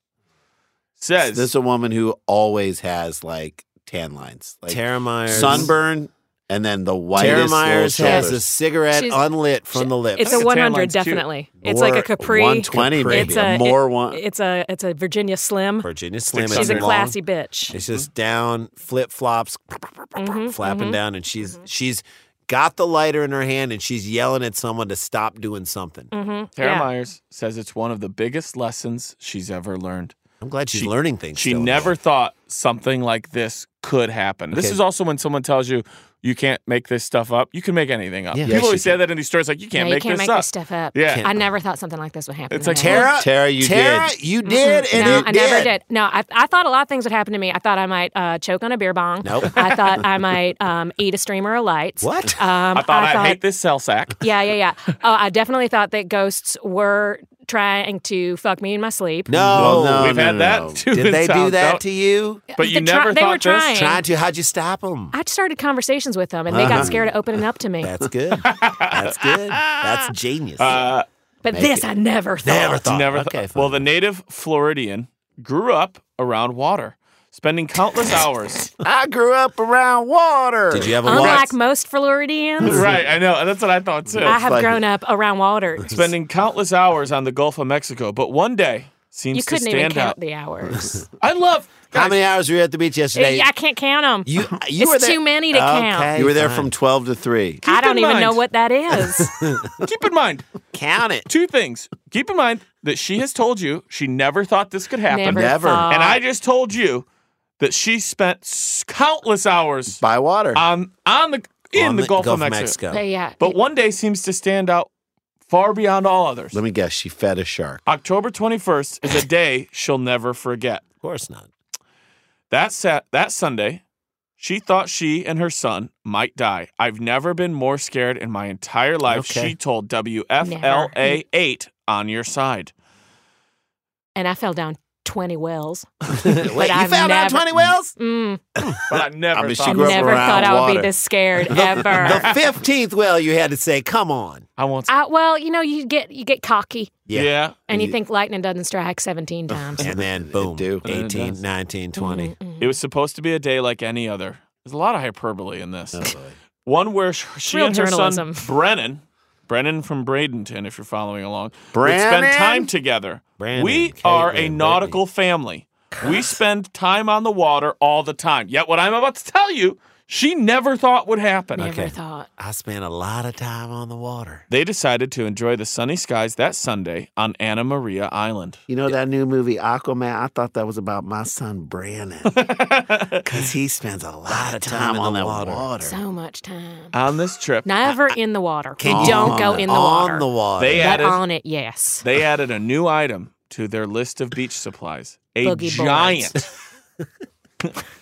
E: says
C: This is a woman who always has like tan lines, like
B: Tara Myers.
C: sunburn, and then the whitest.
B: Tara
C: little
B: Myers has a
C: shoulders.
B: cigarette
D: She's-
B: unlit from the lips.
D: It's a
E: the tan
D: 100
E: line's cute.
D: definitely. It's like
B: Or
D: a Capri.
C: 120
B: Capri.
C: maybe.
D: It's
C: a,
D: a
C: more
D: it-
C: one.
D: It's a it's a Virginia Slim.
B: Virginia Slim.
E: Sticks
B: it's
D: She's a
E: Long.
D: classy bitch.
B: It's just down, flip flops,
D: Mm-hmm,
B: flapping down, and she's she's got the lighter in her hand and she's yelling at someone to stop doing something.
D: Mm-hmm.
E: Tara
D: Yeah.
E: Myers says it's one of the biggest lessons she's ever learned.
B: I'm glad she's learning things.
E: She
B: still in
E: never
B: life.
E: thought something like this could happen. This
B: Okay.
E: is also when someone tells you you can't make this stuff up. You can make anything up.
B: Yeah.
E: People
B: Yes,
E: always
B: you
E: say that in these stories, like you can't
D: yeah, you
E: make
D: can't
E: this
D: make
E: up.
D: this stuff up.
E: Yeah.
D: I never thought something like this would happen.
E: It's
D: in
E: like
D: my
B: Tara,
D: life.
C: Tara, you
B: Tara,
C: did.
B: you did, and
D: Mm-hmm. no,
B: it
D: I never did. No, I, I thought a lot of things would happen to me. I thought I might uh, choke on a beer bong.
B: Nope.
D: I thought I might um, eat a streamer of lights.
B: What?
D: Um,
E: I thought I'd hate this cell sack.
D: Yeah, yeah, yeah. Oh, I definitely thought that ghosts were trying to fuck me in my sleep.
B: Oh, No,
C: Well, no.
E: We've had that
C: no.
E: too. in
B: did they
E: town,
B: do that
E: don't-
B: to you?
E: But you
D: They try-
E: never
D: they were
E: thought this.
D: trying.
B: Trying to, how'd you stop them?
D: I started conversations with them, and they got scared of opening up to me.
B: Uh-huh. That's good. That's good. That's genius.
E: Uh,
D: But this I never thought.
B: never thought.
E: Never
B: okay,
E: thought.
B: fine.
E: Well, the native Floridian grew up around water, spending countless hours.
C: I grew up around water.
B: did you have a
D: Unlike
B: water?
D: most Floridians,
E: right, I know. That's what I thought too.
D: I have
C: like-
D: grown up around water.
E: spending countless hours on the Gulf of Mexico, but one day seems
D: You
E: to
D: couldn't
E: stand
D: even count
E: out.
D: the hours.
E: I love.
B: How many hours were you at the beach yesterday?
D: I can't count them.
B: you you
D: it's
B: were there.
D: too many to count.
B: Okay.
C: You were there
B: Fine.
C: from 12 to 3.
D: I
E: Keep
D: don't
E: in
D: even know
E: mind-
D: what that is.
E: Keep in mind
B: Count it.
E: two things. Keep in mind that she has told you she never thought this could happen,
D: never,
C: Never.
D: thought.
E: and I just told you that she spent s- countless hours
C: By water.
E: on on the in
B: On
E: the, Gulf, of Mexico.
D: But yeah.
E: But one day seems to stand out far beyond all others.
C: Let me guess. She fed a shark.
E: October 21st is a day she'll never forget.
B: Of course not.
E: That sat that Sunday, she thought she and her son might die. I've never been more scared in my entire life.
B: Okay.
E: She told WFLA eight on your side.
D: and I fell down twenty wells.
B: Wait, you
D: I've
B: found out 20
D: never-
B: whales?
D: Mm,
E: But I never
C: mean, she
E: thought
C: grew up
D: never
C: around
D: thought I would
C: water.
D: be this scared ever.
B: The 15th whale you had to say, come on.
E: I once
D: I, well, you know, you get you get cocky
E: yeah.
B: Yeah.
D: and you think lightning doesn't strike seventeen times.
B: And then boom,
C: do.
E: And it
B: 18,
E: does.
B: 19,
D: Mm-hmm.
B: 20.
E: It was supposed to be a day like any other. There's a lot of hyperbole in this. One where sh- she
D: Real
E: and her
D: journalism.
E: son Brennan, Brennan from Bradenton, if you're following along, would
C: Brennan?
E: spend time together.
B: Brennan,
E: we
B: Caitlin,
E: are a
B: Brittany.
E: nautical family. We spend time on the water all the time. Yet what I'm about to tell you, she never thought would happen.
D: Never thought.
B: I spent a lot of time on the water.
E: They decided to enjoy the sunny skies that Sunday on Anna Maria Island.
C: You know that new movie Aquaman? I thought that was about my son Brandon. Because he spends a lot of time,
B: in
C: on
B: the
C: that
B: water.
C: water.
D: So much time.
E: On this trip,
D: Never in the water.
B: Can you-
D: don't go in the
B: on
D: water.
B: the water.
E: they
D: but
E: added
D: on it, yes.
E: They added a new item to their list of beach supplies. A
D: Boogie
E: giant.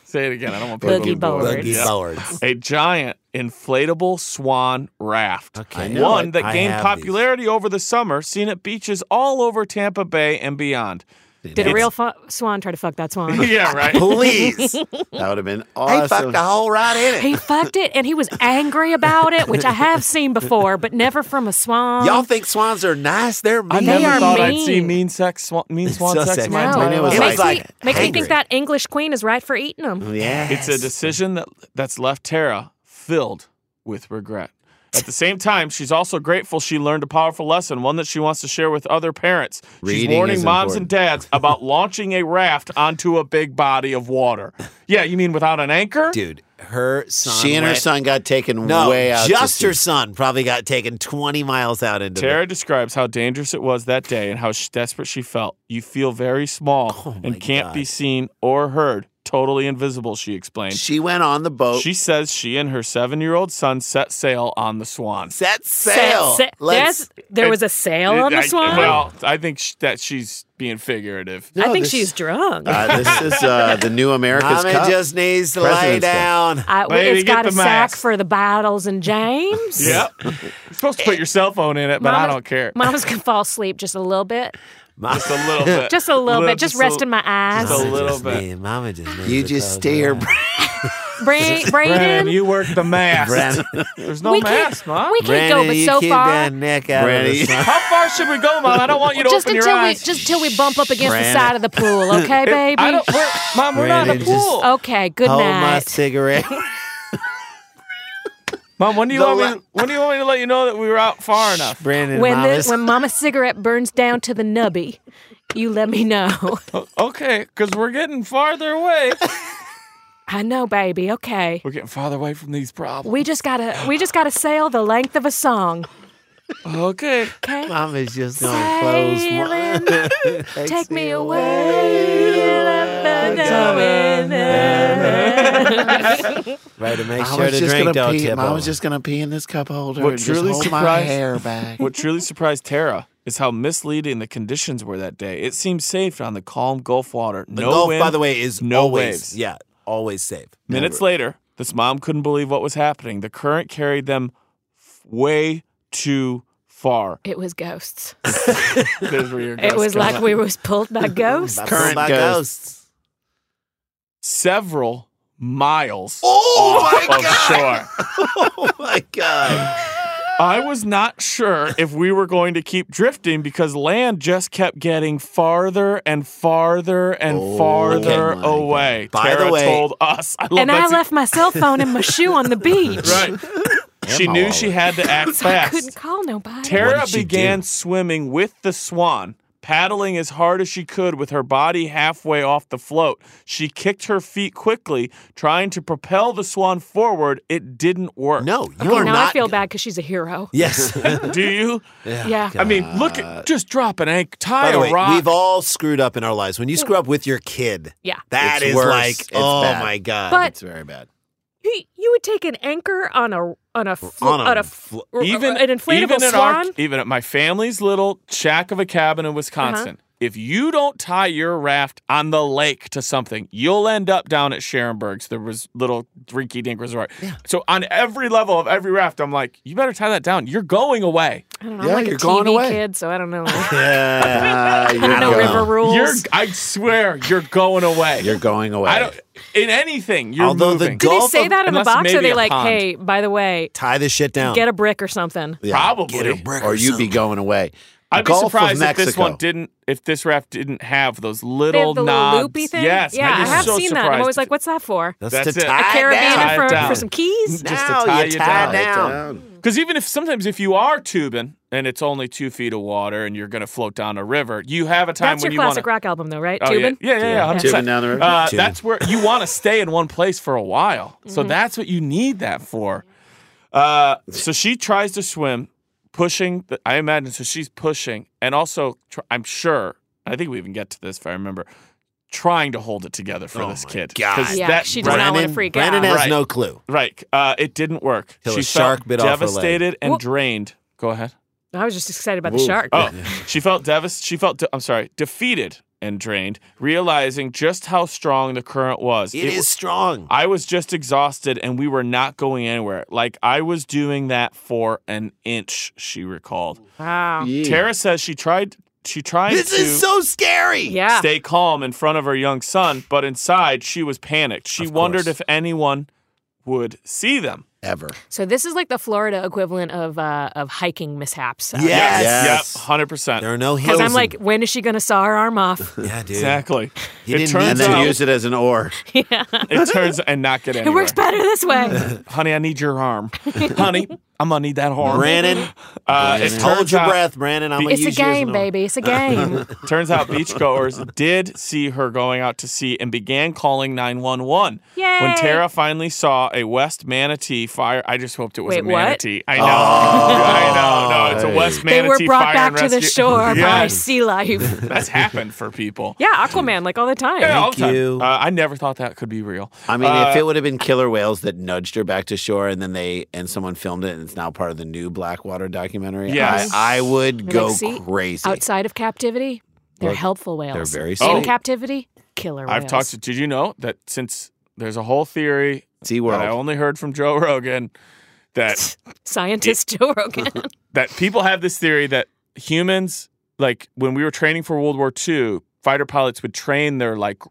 E: say it again. I don't want people
D: Boogie
E: to board.
D: boards.
B: Buggy
E: Yeah.
B: boards.
E: A giant inflatable swan raft.
B: Okay. I
C: know
E: One
C: it.
E: that
B: I
E: gained
B: have
E: popularity over the summer, seen at beaches all over Tampa Bay and beyond.
D: Did a real fu- swan try to fuck that swan?
E: yeah, right.
B: Please.
C: That would have been
B: I
C: awesome.
B: fucked a hole right in it.
D: he fucked it and he was angry about it, which I have seen before, but never from a swan.
B: Y'all think swans are nice? They're mean.
E: I never
D: are
E: thought I'd see
D: mean.
E: mean sex swan, mean swan
B: so
E: sex, in my
B: sexy.
D: no.
C: Mine
E: entire
D: It
C: was
E: life.
D: makes,
B: like
D: me, makes me
B: angry.
D: think that English queen is right for eating them.
C: Yes.
E: It's a decision that that's left Tara filled with regret. At the same time, she's also grateful she learned a powerful lesson, one that she wants to share with other parents. she's
C: Reading
E: warning
C: is
E: moms and dads about launching a raft onto a big body of water. Yeah, you mean without an anchor?
B: Dude, her son.
C: she and her
B: went-
C: son got taken
B: No,
C: way out. to
B: just
C: sea.
B: her son probably got taken 20 miles out into the
E: Tara describes how dangerous it was that day and how sh- desperate she felt. You feel very small
C: Oh
E: and can't be seen or heard. Totally invisible, she explained.
C: She went on the boat.
E: She says she and her seven year old son set sail on the swan.
B: set
D: Sa-
B: sail.
D: sa-
B: Let's-
D: yes, there was a sail on
E: I-
D: the swan.
E: well, I think sh- that she's being figurative.
D: I think
C: this-
D: she's drunk.
C: uh, this is uh, the new America's
B: Mommy
C: Cup.
B: just needs to lay
C: President's Day.
B: down.
D: I,
E: Baby,
D: it's
E: get
D: got a
E: the
D: sack
E: mask.
D: for the Battles and James.
E: Yep. You're supposed to put your cell phone in it, but I
D: Mamas-
E: don't care.
D: Mamas can fall asleep just a little bit.
E: Just a little bit.
D: Just a little bit. Just
E: a-
D: rest in my eyes.
E: just a
B: Mama
E: little
B: just
E: bit.
B: need- Mama just needs
C: You
B: to
C: just
B: close
C: stare.
B: her eyes.
D: Bra-
E: Brennan,
D: Brayden,
E: you work the mask.
C: Brennan.
E: There's no
D: we
E: mask,
D: can't,
E: Mom.
D: we can't go, but
B: Brandon, you
D: so
B: keep
D: far,
B: that neck out of the
C: Brandon,
B: sun.
E: How far should we go, Mom? I don't want you to
D: just
E: open
D: until
E: your
D: we
E: eyes.
D: just until we bump up against
C: Brandon.
D: the side of the pool, okay, baby?
E: I don't, we're, Mom, we're not in a
B: Brandon, just-
E: pool.
D: okay, good
B: Hold my
D: night.
B: cigarette.
E: Mom, when do you
C: The
E: want
C: la-
E: me? to- when do you want me to let you know that we were out far enough?
B: Brandon,
D: When
B: Mama,
D: the, when Mama's cigarette burns down to the nubby, you let me know.
E: O- Okay, because we're getting farther away.
D: I know, baby. Okay,
E: we're getting farther away from these problems.
D: we just gotta we just gotta sail the length of a song.
E: Okay.
D: Okay.
B: Mama's just gonna close my
D: Sailing, take me away.
B: Right, to make
C: I
B: sure
C: was
B: to
C: just
B: drink
C: gonna
B: don't
C: pee.
B: tip
C: I was
B: over.
C: just gonna pee in this cup holder.
E: What
C: and just
E: truly
C: hold my
E: surprised-
C: hair back.
E: What truly surprised Tara is how misleading the conditions were that day. It seemed safe on the calm Gulf water.
B: The
E: no
B: Gulf,
E: wind,
B: Oh, by the way, is
E: no
B: always
E: waves.
B: yeah, always safe.
E: Minutes later, this mom couldn't believe what was happening. The current carried them f- way too far.
D: It was ghosts.
E: There's where your
D: It
E: ghost
D: was
E: came
D: like
E: up.
D: we was pulled by ghosts.
B: By
C: Current
B: Bob
C: ghosts.
E: several miles
B: Oh
E: off
B: my
E: of
B: God.
E: shore.
B: Oh my god!
E: I was not sure if we were going to keep drifting because land just kept getting farther and farther and farther
C: my
E: away.
B: Oh God. By the
E: Tara
B: way-
E: told us. I love
D: and I
E: that's-
D: left my cell phone and my shoe on the beach.
E: Right. she
C: my
E: knew she
C: wallet.
E: had to act
D: So I
E: fast.
D: couldn't call nobody.
E: Tara
B: did she
E: began
B: do?
E: swimming with the swan, paddling as hard as she could with her body halfway off the float. She kicked her feet quickly, trying to propel the swan forward. It didn't work.
B: No, you
D: okay,
B: are
D: now
B: not.
D: I feel bad because she's a hero.
B: Yes.
E: Do you?
D: Yeah.
E: I mean, look at just drop an anchor, tie
B: Uh, By the
E: a
B: way,
E: rock.
B: we've all screwed up in our lives. When you screw up with your kid,
D: Yeah.
B: that
C: It's
B: is
C: worse.
B: like,
C: It's
B: oh
C: bad.
B: my god!
D: But-
C: It's very bad.
D: You, you would take an anchor on a on a flo-
B: On a
D: f- an inflatable
E: even at our-
D: swan. Uh-huh.
E: even at my family's little shack of a cabin in Wisconsin. If you don't tie your raft on the lake to something, you'll end up down at Sharonberg's. There was little rinky dink resort. So on every level of every raft, I'm like, you better tie that down. You're going away.
D: I don't know.
C: Yeah,
D: I'm like
C: you're
D: a
C: going
D: TV
C: away.
D: kid, so I don't know. I
C: Yeah, Uh, you're,
D: don't know
C: going.
D: river rules.
E: You're I swear, you're going away.
C: You're going away.
E: I don't in anything, you're
B: Although the
E: moving.
D: Do they
B: Gulf
D: say
B: of-
D: that in the
E: unless
D: box? Or are
E: maybe
D: they
E: a
D: like,
E: pond.
D: hey, by the way,
B: Tie this shit down.
D: get a brick or something?
C: Yeah.
E: Probably.
B: Get a brick or
C: or you'd be
B: something.
C: going away.
E: I'd
C: Gulf
E: be
C: of
E: surprised if
C: Mexico.
E: this one didn't, if this raft didn't have those
D: They have
E: little
D: the
E: knobs.
D: little loopy thing.
E: Yes,
D: yeah,
E: I'd be
D: I have
E: so
D: seen that. and I'm always
E: surprised.
D: like, what's that for?
B: That's,
E: That's
B: to
E: it.
B: tie
E: A
B: it
E: down.
D: Carabiner
E: Tie it
D: for,
E: down.
D: for some keys?
E: Just to
B: Now
E: tie
B: you
E: you
B: tie
E: down.
B: it down.
E: Because even if sometimes if you are tubing and it's only two feet of water and you're going to float down a river, you have a time
D: That's
E: when
D: your
E: you
D: classic
E: want
D: rock album, though, right?
E: to.
D: Tubin?
E: yeah, yeah, yeah, yeah. 100%.
C: Tubing down the river.
E: Uh,
B: Tubing.
E: that's where you want to stay in one place for a while.
D: Mm-hmm.
E: So that's what you need that for. Uh, so she tries to swim, pushing. The, I imagine so she's pushing, and also tr- I'm sure. I think we even get to this if I remember. Trying to hold it together for
B: Oh
E: this
B: my
E: kid.
B: God.
E: 'Cause
D: Yeah,
E: that
D: she does not
E: Brennan-
D: want
B: Brandon,
D: to freak
B: Brandon
D: out.
B: has
E: Right.
B: no clue.
E: Right. Uh, it didn't work.
B: Till a
E: she
B: shark
E: felt
B: bit off her leg.
E: devastated and
D: Well-
E: drained. Go ahead.
D: I was just excited about
C: Woo.
D: the shark.
E: Oh, she felt devast. She felt. De- I'm sorry, defeated and drained, realizing just how strong the current was.
B: it is strong.
E: I was just exhausted, and we were not going anywhere. Like I was doing that for an inch. She recalled.
D: Wow.
C: Yeah.
E: Tara says she tried. She tried
B: This
E: to
B: is so scary.
D: Yeah.
E: stay calm in front of her young son, but inside she was panicked. She
B: Of
E: wondered
B: course.
E: if anyone would see them.
C: ever.
D: So this is like the Florida equivalent of uh, of hiking mishaps.
B: Yes.
C: Yes.
E: Yep. Hundred percent.
B: There are no hills.
D: Because I'm
B: in-
D: like, when is she gonna saw her arm off?
B: yeah, dude.
E: Exactly.
B: He
E: it
B: didn't
E: turns
B: need
C: And
B: to
C: then
E: out
C: use it as an oar.
E: it turns and not get
D: It
E: anywhere.
D: works better this way.
E: Honey, I need your arm. Honey, I'm gonna need that arm.
B: Brandon,
E: Uh, it turns
B: hold your
E: out,
B: breath, Brandon. I'm gonna
D: it's a
B: use you as
D: game,
B: an oar.
D: baby. It's a game.
E: Turns out beachgoers did see her going out to sea and began calling 911. When
D: Yay.
E: Tara finally saw a West manatee fire, I just hoped it was
D: Wait,
E: a
D: what?
E: manatee. I know. I know. No, it's a West
D: they
E: manatee
D: were brought
E: fire
D: back
E: and
D: to the
E: rescue.
D: shore by
E: Yes,
D: sea life.
E: that's happened for people.
D: Yeah, Aquaman, like all the time.
E: Yeah, all the
B: Thank
E: time.
B: you.
E: Uh, I never thought that could be real.
C: I mean,
E: Uh,
C: if it would have been killer whales that nudged her back to shore, and then they and someone filmed it, and it's now part of the new Blackwater documentary.
E: Yes.
C: I, I would go
D: like, see,
C: crazy.
D: Outside of captivity, they're helpful whales.
C: they're very
E: Oh.
D: In captivity, killer whales.
E: I've talked to. Did you know that since there's a whole theory
C: SeaWorld.
E: that I only heard from Joe Rogan that
D: scientist Joe Rogan.
E: that people have this theory that humans, like when we were training for World War II, fighter pilots would train their like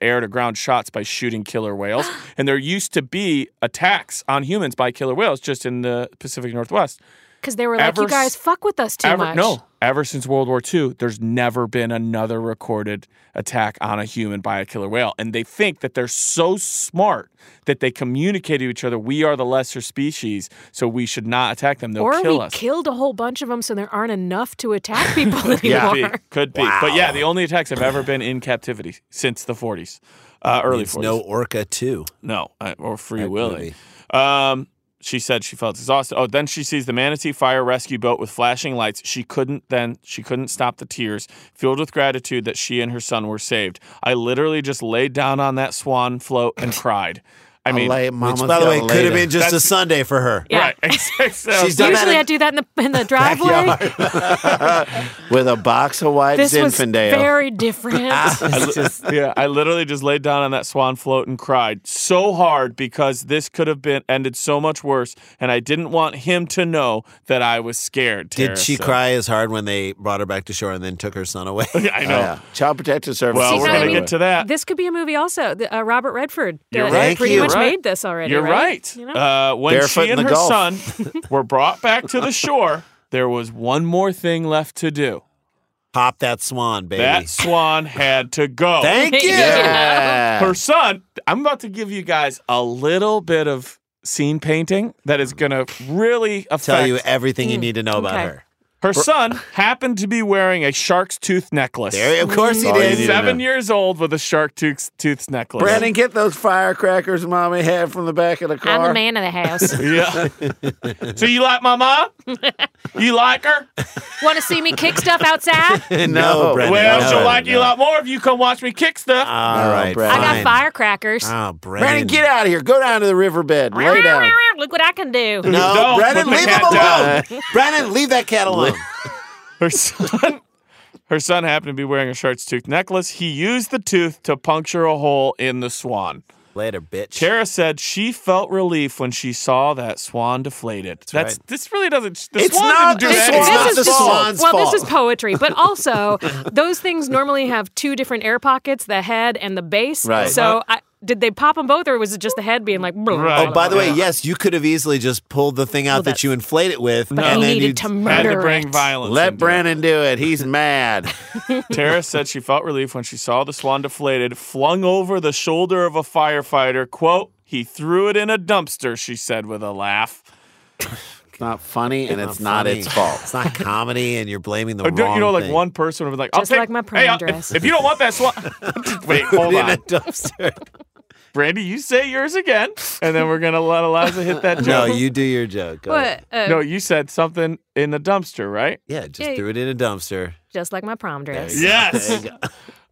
E: air to ground shots by shooting killer whales, and there used to be attacks on humans by killer whales just in the Pacific Northwest.
D: Because they were like,
E: Ever
D: you guys
E: s-
D: fuck with us too
E: ever,
D: much.
E: No, ever since World War II, there's never been another recorded attack on a human by a killer whale, and they think that they're so smart that they communicate to each other, "We are the lesser species, so we should not attack them. They'll
D: or
E: kill
D: we
E: us."
D: killed a whole bunch of them, so there aren't enough to attack people
E: Could
D: anymore.
E: be. Could be. But yeah, the only attacks have ever been in captivity since the 40s, uh, early
B: It's
E: 40s.
B: no orca too.
E: no uh, or free
B: That
E: willing. Um, she said she felt exhausted. Oh, then she sees the manatee fire rescue boat with flashing lights. She couldn't then she couldn't stop the tears, filled with gratitude that she and her son were saved. I literally just laid down on that swan float and cried. I mean,
C: LA,
B: Which,
C: mama's
B: by the way,
C: got
B: could have
C: Leda.
B: been just a Sunday for her.
D: Yeah.
E: right. exactly.
B: She's done that
D: Usually
B: in-
D: I do that in the in the driveway.
C: with a box of white
D: This was
C: Zinfandel.
D: very different.
E: I li- yeah, I literally just laid down on that swan float and cried so hard because this could have been ended so much worse, and I didn't want him to know that I was scared. Tara,
B: Did she
E: so-
B: cry as hard when they brought her back to shore and then took her son away?
E: I
C: Oh,
E: know.
C: yeah. Child Protective Services.
E: Well,
D: See,
E: we're
D: so I
E: gonna
D: mean,
E: get to that.
D: This could be a movie also. The- uh, Robert Redford
E: You're
D: uh,
E: right.
D: pretty
B: You're
D: much
E: right.
D: made this already.
E: You're right.
D: You know?
E: uh, when
C: Barefoot
E: she
C: in
E: and
C: the
E: her
C: Gulf.
E: son were brought back to the shore, there was one more thing left to do.
B: Pop that swan, baby.
E: That swan had to go.
B: Thank you.
C: Yeah.
E: her son. I'm about to give you guys a little bit of scene painting that is going to really affect
B: Tell you everything you need to know about
D: Mm. okay.
B: her.
E: Her son happened to be wearing a shark's tooth necklace.
B: There, of course he
C: Oh, you need
E: He's
B: did.
C: to
E: seven
C: know.
E: years old with a shark tooth tooth necklace.
C: Brandon, get those firecrackers mommy had from the back of the car.
D: I'm the man of the house.
E: Yeah. so you like my mom? You like her?
D: Want to see me kick stuff outside?
C: No,
B: Brendan. no,
E: Well, she'll
B: Brendan,
E: like you a
B: no. Uh,
E: lot more if you come watch me kick stuff.
B: All
C: No,
B: right,
C: Brendan.
D: I
B: fine.
D: got firecrackers.
B: Oh,
C: Brandon,
B: Brandon,
C: get out of here. Go down to the riverbed. Lay down.
D: Look what I can do.
B: No,
E: Don't
B: Brandon,
E: put the
B: leave him
E: cat
B: alone. Brandon, leave that cat alone.
E: Her son, her son happened to be wearing a shark's tooth necklace. He used the tooth to puncture a hole in the swan.
B: Later, bitch.
E: Tara said she felt relief when she saw that swan deflated. That's,
B: right.
E: this really doesn't. The
B: It's
E: swan
B: not-
E: didn't do
B: it's
E: anything.
B: not the
D: just-
B: swan's
D: well,
B: fault.
D: this is poetry, but also those things normally have two different air pockets: the head and the base.
C: Right.
D: So, I, did they pop them both, or was it just the head being like? blah,
E: Right.
D: blah,
B: Oh, by the
D: blah,
B: way, yes, you could have easily just pulled the thing out
D: Well,
B: that you inflate it with,
D: blah. But
B: and
D: he
B: then
D: needed
B: you
D: to
E: Had
D: murder
E: to bring
D: it.
E: violence. into
C: Let
E: it.
C: Brandon do it. He's mad.
E: Tara said she felt relief when she saw the swan deflated, flung over the shoulder of a firefighter. "Quote: He threw it in a dumpster," she said with a laugh.
C: It's not funny, and it's not
B: funny.
C: its fault.
B: It's not comedy, and you're blaming the
E: Or don't
B: wrong
E: you know, like
B: thing.
E: one person would be like, I'll
D: Just
E: take-
D: like my
E: hey, I'll-
D: prom dress."
E: If, if you don't want that swan, wait, hold
B: in a
E: on,
B: dumpster.
E: Brandy, you say yours again, and then we're gonna let Eliza hit that
B: no,
E: joke.
B: you do your joke. Go ahead.
D: What? Uh,
E: No, you said something in the dumpster, right?
B: Yeah, just
D: Yeah.
B: threw it in a dumpster.
D: Just like my prom dress.
E: Yes.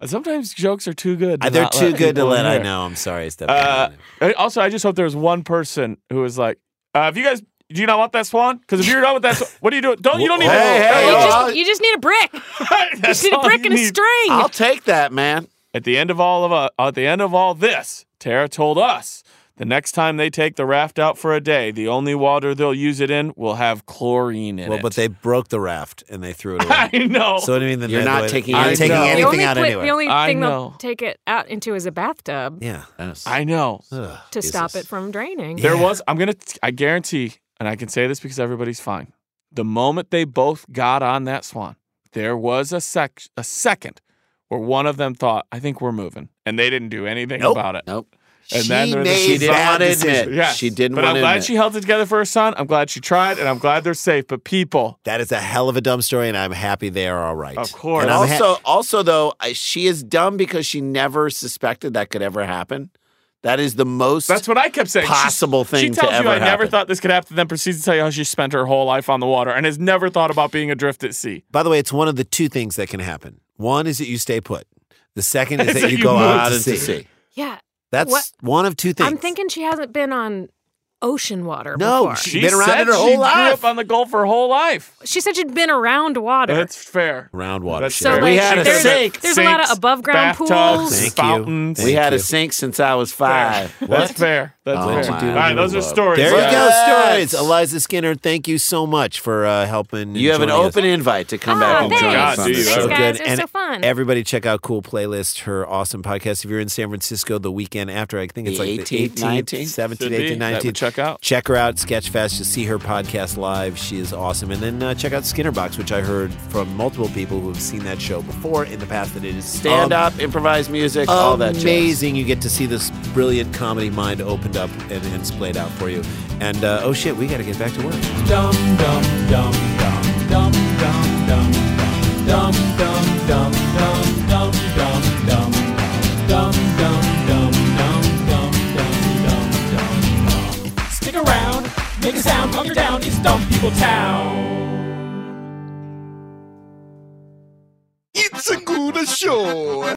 E: Sometimes jokes are too good. to
B: Uh, They're
E: not
B: too good to
E: people in
B: let. I
E: here.
B: know. I'm sorry, Steph.
E: Uh, I- also, I just hope there was one person who was like, uh, "If you guys, do you not want that swan? Because if you're not with that swan, what are you doing? Don't you don't need
C: Hey,
E: to-
C: hey,
D: You,
C: Oh,
D: just,
C: I'll-
D: you just need a brick.
E: That's
D: you need a
E: all
D: brick and a
E: need.
D: string.
C: I'll take that, man.
E: At the end of all of uh, at the end of all this, Tara told us the next time they take the raft out for a day, the only water they'll use it in will have chlorine in
B: well,
E: it.
B: but they broke the raft and they threw it away.
E: I know.
B: so what do you mean? that
C: You're
B: they-
C: not
B: they-
C: taking
B: you're not
E: anything
B: taking
E: out.
D: the
B: anything
D: only,
B: out
D: pla-
B: anyway.
D: the only
E: I
D: thing
E: know.
D: they'll take it out into is a bathtub
B: yeah.
E: I know.
B: Ugh,
D: to
B: Jesus.
D: stop it from draining.
E: There was. I'm gonna. I guarantee, and I can say this because everybody's fine. The moment they both got on that swan, there was a sec a second where one of them thought, "I think we're moving," and they didn't do anything
B: Nope.
E: about it.
C: Nope.
E: And
C: she
E: then
C: made
E: there's the-
B: she didn't
C: bad
B: want to admit.
C: admit.
E: Yes.
C: She didn't
E: But
C: want
E: I'm
C: to
E: glad
C: admit.
E: she held it together for her son. I'm glad she tried, and I'm glad they're safe. But people,
B: That is a hell of a dumb story, and I'm happy they are all right.
E: Of course.
B: And
C: And
B: I'm ha-
C: also, also though, I- she is dumb because she never suspected that could ever happen. That is the most.
E: that's what I kept saying. She-
C: Possible
E: She
C: thing to
E: tells you,
C: ever
E: "I never
C: happen."
E: thought this could happen." Then proceeds to tell you how she spent her whole life on the water and has never thought about being adrift at sea.
B: by the way, it's one of the two things that can happen. One is that you stay put. The second is
E: Is
B: that,
E: that
B: you
E: you
B: go
E: move
B: out
E: to
B: and
C: sea.
B: see.
D: Yeah.
B: That's
D: What-
B: one of two things.
D: I'm thinking she hasn't been on ocean water
B: No,
D: before.
B: she-
E: She
B: Been around
E: said
B: it her
E: she
B: whole
E: grew
B: life.
E: up on the Gulf her whole life.
D: She said she'd been around water.
E: That's fair.
B: round water.
E: That's
D: so
E: fair.
D: like,
C: We had a
D: there's,
C: sink.
D: there's a lot of
E: Sinks,
D: above ground
E: bathtubs,
D: pools.
B: Thank you.
E: fountains.
B: Thank
C: we had
B: you.
C: a sink since I was five.
E: That's fair. That's
C: Oh,
E: fair.
C: my
E: All right, those are
C: love.
E: stories.
B: there
E: guys.
B: you go,
C: Yes.
B: stories. Eliza Skinner, thank you so much for uh, helping. and
C: you have an
B: joining us.
C: open invite to come
D: Ah,
C: back and join
E: thanks.
C: us. on
E: God, do
C: this
E: you
C: show.
D: ever. guys. It was
B: and
D: so fun.
B: Everybody, check out Cool Playlist, her awesome podcast. If you're in San Francisco the weekend after, I think it's
C: The
B: like
C: 18th,
B: the 18th,
C: 19th?
B: 17th,
E: Should be.
B: 18th,
E: That would
B: 19th.
E: check out.
B: Check her out, Sketchfest. You'll see her podcast live. She is awesome. And then uh, check out Skinnerbox, which I heard from multiple people who have seen that show before in the past that it is
C: Stand
B: um,
C: up, improvised music, all that. jazz.
B: Amazing. You get to see this brilliant comedy mind opened up and, and splayed out for you. And uh, oh shit, we got to get back to work.
A: dum dum dum dum dum dum dum dum dum dum dum dum dum dum dum dum dum dum dum dum dum dum dum Stick around, make a sound, calm her down, it's Dumb People Town.
F: It's a good show.